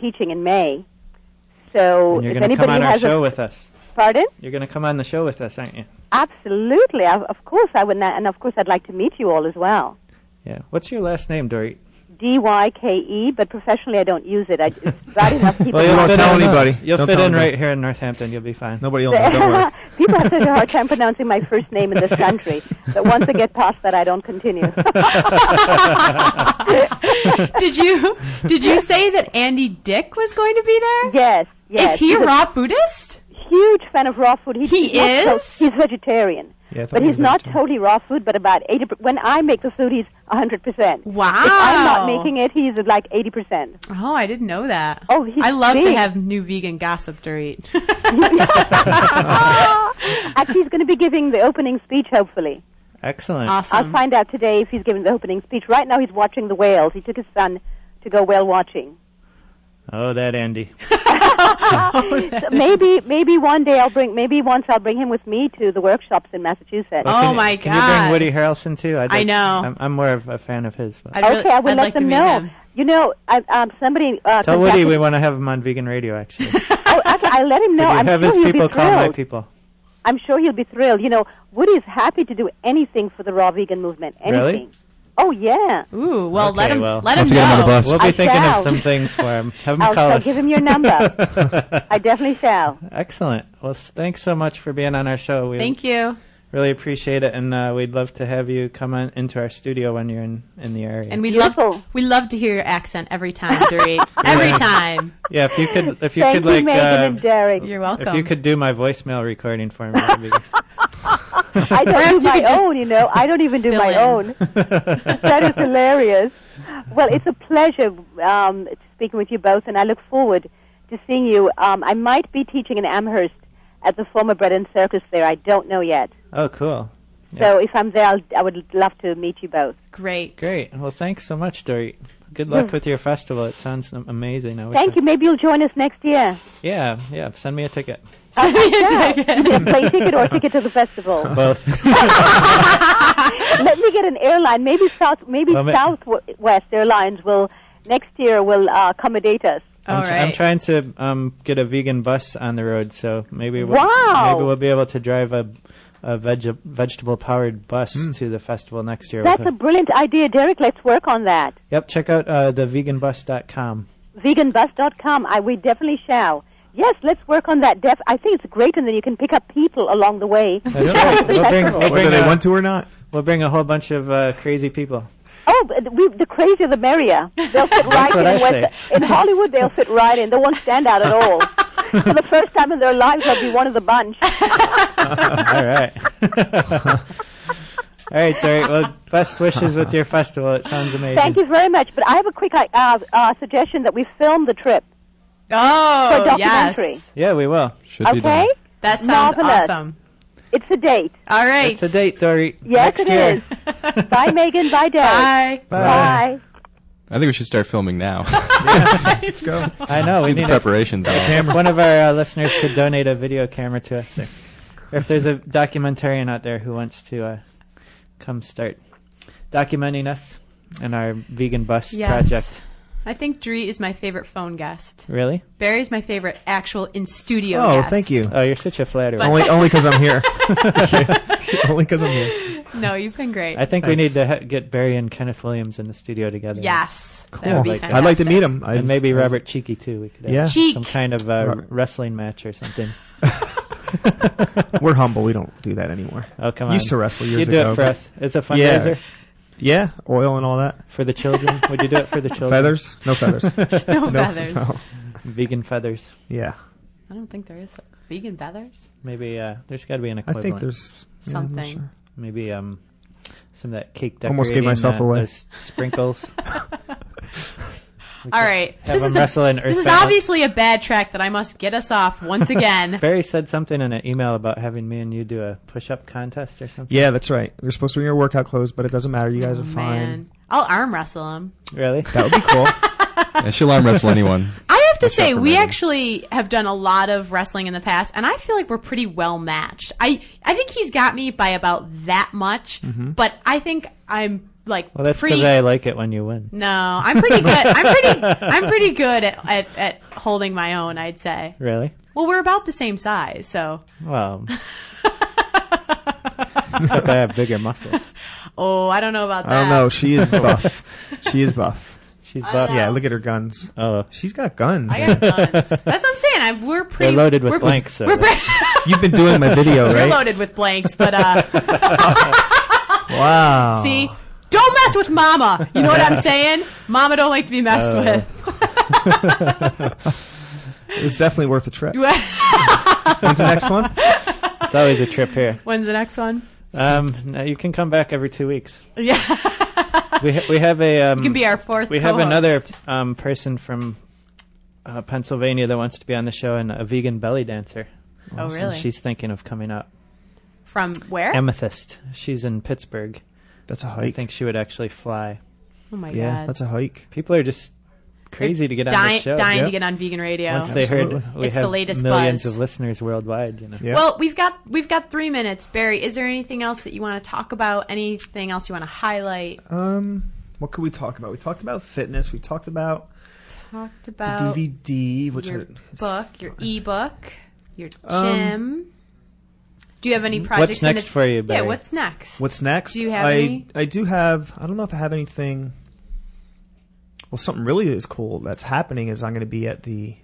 teaching in May. Oh, So And you're if gonna anybody come on our has show a with us. pardon. You're gonna come on the show with us, aren't you? Absolutely, I, of course I would, not, and of course I'd like to meet you all as well. Yeah. What's your last name, Dorit? D Y K E, but professionally I don't use it. I it's bad enough people. Well, you'll Don't fit tell in, anybody. You'll Don't fit tell in anybody. right here in Northampton. You'll be fine. Nobody will know. Don't worry. people have such a hard time pronouncing my first name in this country that once I get past that, I don't continue. did you did you say that Andy Dick was going to be there? yes, yes. Is he he's a raw foodist? huge fan of raw food. He's He not so- is? he's vegetarian, Yeah, I thought but he he's was not vegetarian. totally raw food. But about eighty. per- When I make the food, he's a hundred percent. Wow. If I'm not making it, he's at like eighty percent. Oh, I didn't know that. Oh, he's I love to big. have new vegan gossip, Dorit. Actually, he's going to be giving the opening speech. Hopefully, Excellent. I'll awesome. find out today if he's giving the opening speech. Right now, he's watching the whales. He took his son to go whale watching. Oh, that Andy. So maybe, maybe one day I'll bring. Maybe once I'll bring him with me to the workshops in Massachusetts. Oh, Can you- my Can you bring God. Woody Harrelson too? I'd I like- know. I'm, I'm more of a fan of his. But. I'd really- okay, I will I'd let like to them meet know. him. You know, I, um, somebody uh, Tell Woody we contacted- want to have him on Vegan Radio. Actually, oh, okay, I let him know. Could you I'm have sure his he'll people be call my thrilled. people. I'm sure he'll be thrilled. You know, Woody is happy to do anything for the raw vegan movement. Anything. Really? Oh yeah. Ooh, well let Okay, him well, let I'll him have to get him on the know. bus. We'll be I thinking shall. of some things for him. Have him I'll, call I'll us. give him your number. I definitely shall. Excellent. Well, s- thanks so much for being on our show. We Thank you. really appreciate it, and uh, we'd love to have you come on into our studio when you're in, in the area. And we love Beautiful. we love to hear your accent every time, Dorit. every time. yeah, if you could, if you could Thank you, like, Megan uh, and Derek. You're welcome. if you could do my voicemail recording for me, that'd be I don't Perhaps do you my could just own, you know. I don't even do fill my in. own. That is hilarious. Well, it's a pleasure um, speaking with you both, and I look forward to seeing you. Um, I might be teaching in Amherst at the former Bread and Circus there. I don't know yet. oh, cool. So if I'm there, I'll, I would love to meet you both. Great. Great. Well, thanks so much, Dorit. good luck with your festival. It sounds am- amazing. I wish Hmm. Thank I- you. Maybe you'll join us next year. Yeah, yeah. Send me a ticket. Send me a ticket. Play ticket or ticket to the festival. Both. Let me get an airline. Maybe South, maybe Well, ma- Southwest Airlines will next year will uh, accommodate us. I'm, All tr- I'm right. trying to um, get a vegan bus on the road, so maybe we'll, Wow. maybe we'll be able to drive a a veg- vegetable powered bus to the festival next year. That's with a brilliant idea, Derek. Let's work on that. Yep, check out uh, the veganbus.com. Veganbus.com. I we definitely shall. Yes, let's work on that. Def- I think it's great, and then you can pick up people along the way. That's right. We'll bring, we'll, Whether bring they a, want Oh, to or not. we'll bring a whole bunch of uh, crazy people. Oh, but we, the crazier the merrier. They'll fit right what in. I West- say. in Hollywood, they'll fit right in. They won't stand out at all. For the first time in their lives, they'll be one of the bunch. All right. All right, Terry. Well, best wishes with your festival. It sounds amazing. Thank you very much. But I have a quick uh, uh, suggestion that we film the trip. Oh, For a documentary. yes. Yeah, we will. Should be okay? done. That sounds Marvelous. awesome. It's a date. All right. It's a date, Dory. Yes, Next it is. year. Bye, Megan. Bye, Bye. Derek. Bye. I think we should start filming now. Let's go. I know. We In need a, preparations. if one of our uh, listeners could donate a video camera to us. Or, or if there's a documentarian out there who wants to uh, come start documenting us and our vegan bus Yes. project. I think Dree is my favorite phone guest. Really? Barry's my favorite actual in studio Oh, guest. thank you. Oh, you're such a flatterer. only only because I'm here. only because I'm here. No, you've been great. I think we need Thanks. to ha- get Barry and Kenneth Williams in the studio together. yes. That Cool. would be Like that. I'd like to fantastic. meet him. I And maybe Robert Cheeky too. We could have Yeah. Cheek. some kind of uh, Robert. wrestling match or something. We're humble. We don't do that anymore. Oh come on! Used to wrestle you years do ago. it for us. It's a Yeah. fundraiser Yeah, oil and all that. for the children. Would you do it for the children? Feathers? No feathers. No, feathers. no. Vegan feathers. Yeah, I don't think there is a- vegan feathers. Maybe uh, there's got to be an I equivalent. think there's yeah, I'm not Something. sure. maybe um some of that cake decorating. Almost gave myself uh, away. those sprinkles. All right. Have this them is, a- wrestle in Earth this is Battle. obviously a bad track that I must get us off once again. Barry said something in an email about having me and you do a push-up contest or something. Yeah, that's right. We're supposed to be in your workout clothes, but it doesn't matter. You guys are fine. Oh, Man. I'll arm wrestle him. Really? That would be cool. And she'll arm wrestle anyone. I have to say, for we Megan. actually have done a lot of wrestling in the past, and I feel like we're pretty well matched. I I think he's got me by about that much, but I think I'm like Mm-hmm. Well, that's because pretty. I like it when you win. no, I'm pretty good. I'm pretty. I'm pretty good at, at at holding my own. I'd say. Really? Well, we're about the same size, so. Well, except I have bigger muscles. Oh, I don't know about that. I don't know. She is buff. she is buff. She's buff. Yeah, look at her guns. Oh, She's got guns. I got guns. That's what I'm saying. I, we're pretty. They're loaded with we're, blanks, so We're, pre- You've been doing my video, we're right? loaded with blanks, but uh, Wow. see, don't mess with Mama. You know what I'm saying? Mama don't like to be messed Oh. with. It was definitely worth a trip. When's the next one? it's always a trip here. When's the next one? Um, no, you can come back every two weeks. Yeah, We ha- we have a um, you can be our fourth. we have co-host. another um, person from uh, Pennsylvania that wants to be on the show and a vegan belly dancer. Oh, And really? Er. she's thinking of coming up. From where? Amethyst. She's in Pittsburgh. That's a I hike. think she would actually fly. oh my yeah, god. that's a hike. People are just crazy to get on the dying show. dying to Yep. get on vegan radio. Once they Absolutely. heard we It's the have latest millions buzz. of listeners worldwide, you know. Yeah. Well, we've got we've got three minutes, Barry. Is there anything else that you want to talk about? Anything else you want to highlight? Um, what could we talk about? We talked about fitness. We talked about Talked the about DVD, which your are- is- book, your ebook, your gym. Um, Do you have any projects? in next the- for you, Yeah, Barry? what's next? What's next? Do you have I any? I do have. I don't know if I have anything. Well, something really is cool that's happening is I'm going to be at the.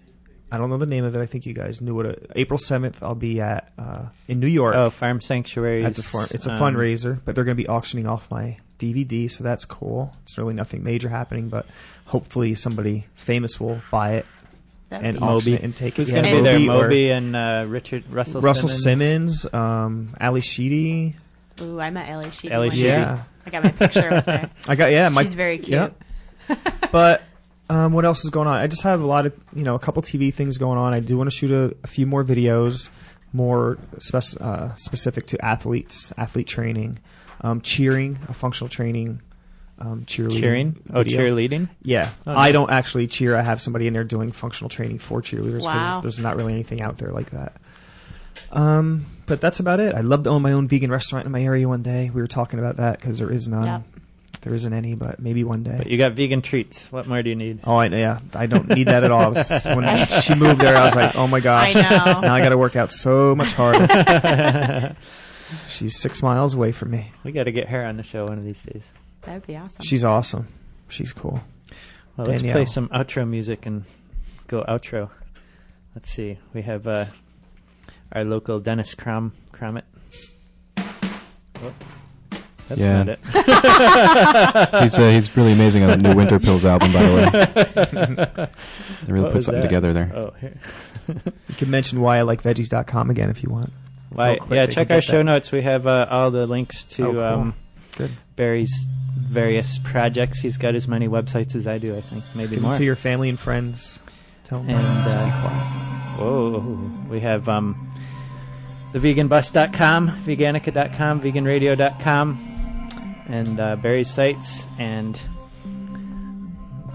I don't know the name of it. I think you guys knew what. It, April seventh, I'll be at uh, in New York. Oh, farm sanctuaries. at the farm. It's a um, fundraiser, but they're going to be auctioning off my DVD, so that's cool. It's really nothing major happening, but hopefully somebody famous will buy it That'd and be- auction Moby. it and take Who's it. Yeah, going to be there? or Moby and uh, Richard Russell. Russell Simmons. Simmons, um, Ali Sheedy. Ooh, I met Ellie Sheedy. Ellie one Sheedy. day. Yeah, I got my picture with her. I got yeah. My, She's very cute. yeah. but um, what else is going on? I just have a lot of you know a couple TV things going on. I do want to shoot a, a few more videos, more spec- uh, specific to athletes, athlete training, um, cheering, a functional training um, cheerleading. Cheering? Oh, video. cheerleading? Yeah, Oh, I nice. don't actually cheer. I have somebody in there doing functional training for cheerleaders because Wow. there's not really anything out there like that. Um, but that's about it. I'd love to own my own vegan restaurant in my area one day. We were talking about that because there is none. Yep. There isn't any, but maybe one day. But you got vegan treats. What more do you need? Oh, I, yeah, I don't need that at all. I was- when she moved there, I was like, oh my gosh, I know. now I got to work out so much harder. She's six miles away from me. We got to get her on the show one of these days. That'd be awesome. She's awesome. She's cool. Well, let's Danielle. play some outro music and go outro. Let's see. We have uh, our local Dennis Crom Cromit. Oh, that's Yeah. not it. he's uh, he's really amazing on that new Winter Pills album, by the way. they really What put was something that? together there. Oh, here. You can mention why I like veggies.com again if you want. Why, quick, yeah, they check can our get show that. notes. We have uh, all the links to Oh, cool. um, Good. Barry's various projects. He's got as many websites as I do, I think, maybe Give more. it to your family and friends. Tell them. And uh, whoa, we have um, theveganbus.com, veganica.com, veganradio.com, and uh, Barry's sites. And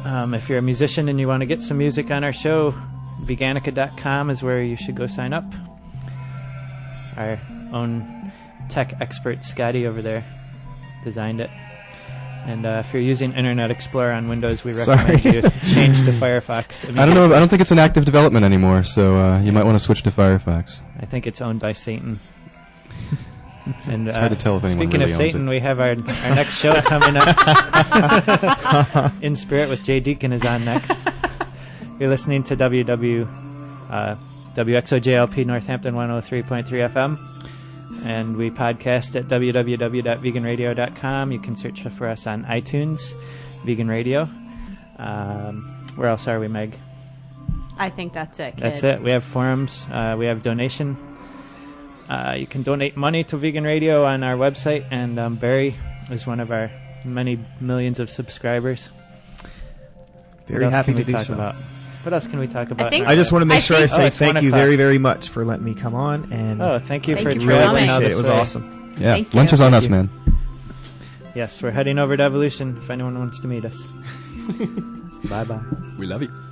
um, if you're a musician and you want to get some music on our show, veganica.com is where you should go sign up. Our own tech expert Scotty over there designed it. And uh, if you're using Internet Explorer on Windows, we recommend Sorry. you change to Firefox. I don't know. I don't think it's an active development anymore, so uh, you might want to switch to Firefox. I think it's owned by Satan. And, It's hard uh, to tell if anyone Speaking really of owns Satan, it. we have our our next show coming up. In Spirit with Jay Deacon is on next. You're listening to WW uh, WXOJLP Northampton 103.3 FM, and we podcast at www.veganradio.com. You can search for us on iTunes, Vegan Radio. Um, where else are we, Meg? I think that's it. Kid. That's it. We have forums. Uh, we have donation. Uh, you can donate money to Vegan Radio on our website, and um, Barry is one of our many millions of subscribers. Very what else happy can to we do talk so. about? What else can we talk about? think- now? I just want to make I sure I think- Oh, say it's one thank you o'clock. very, very much for letting me come on. And oh, thank you Thank for you for really traveling all appreciate it. this It was way. awesome. Yeah, Thank you. lunch is on Thank us, you. man. Yes, we're heading over to Evolution. If anyone wants to meet us, bye bye. We love you.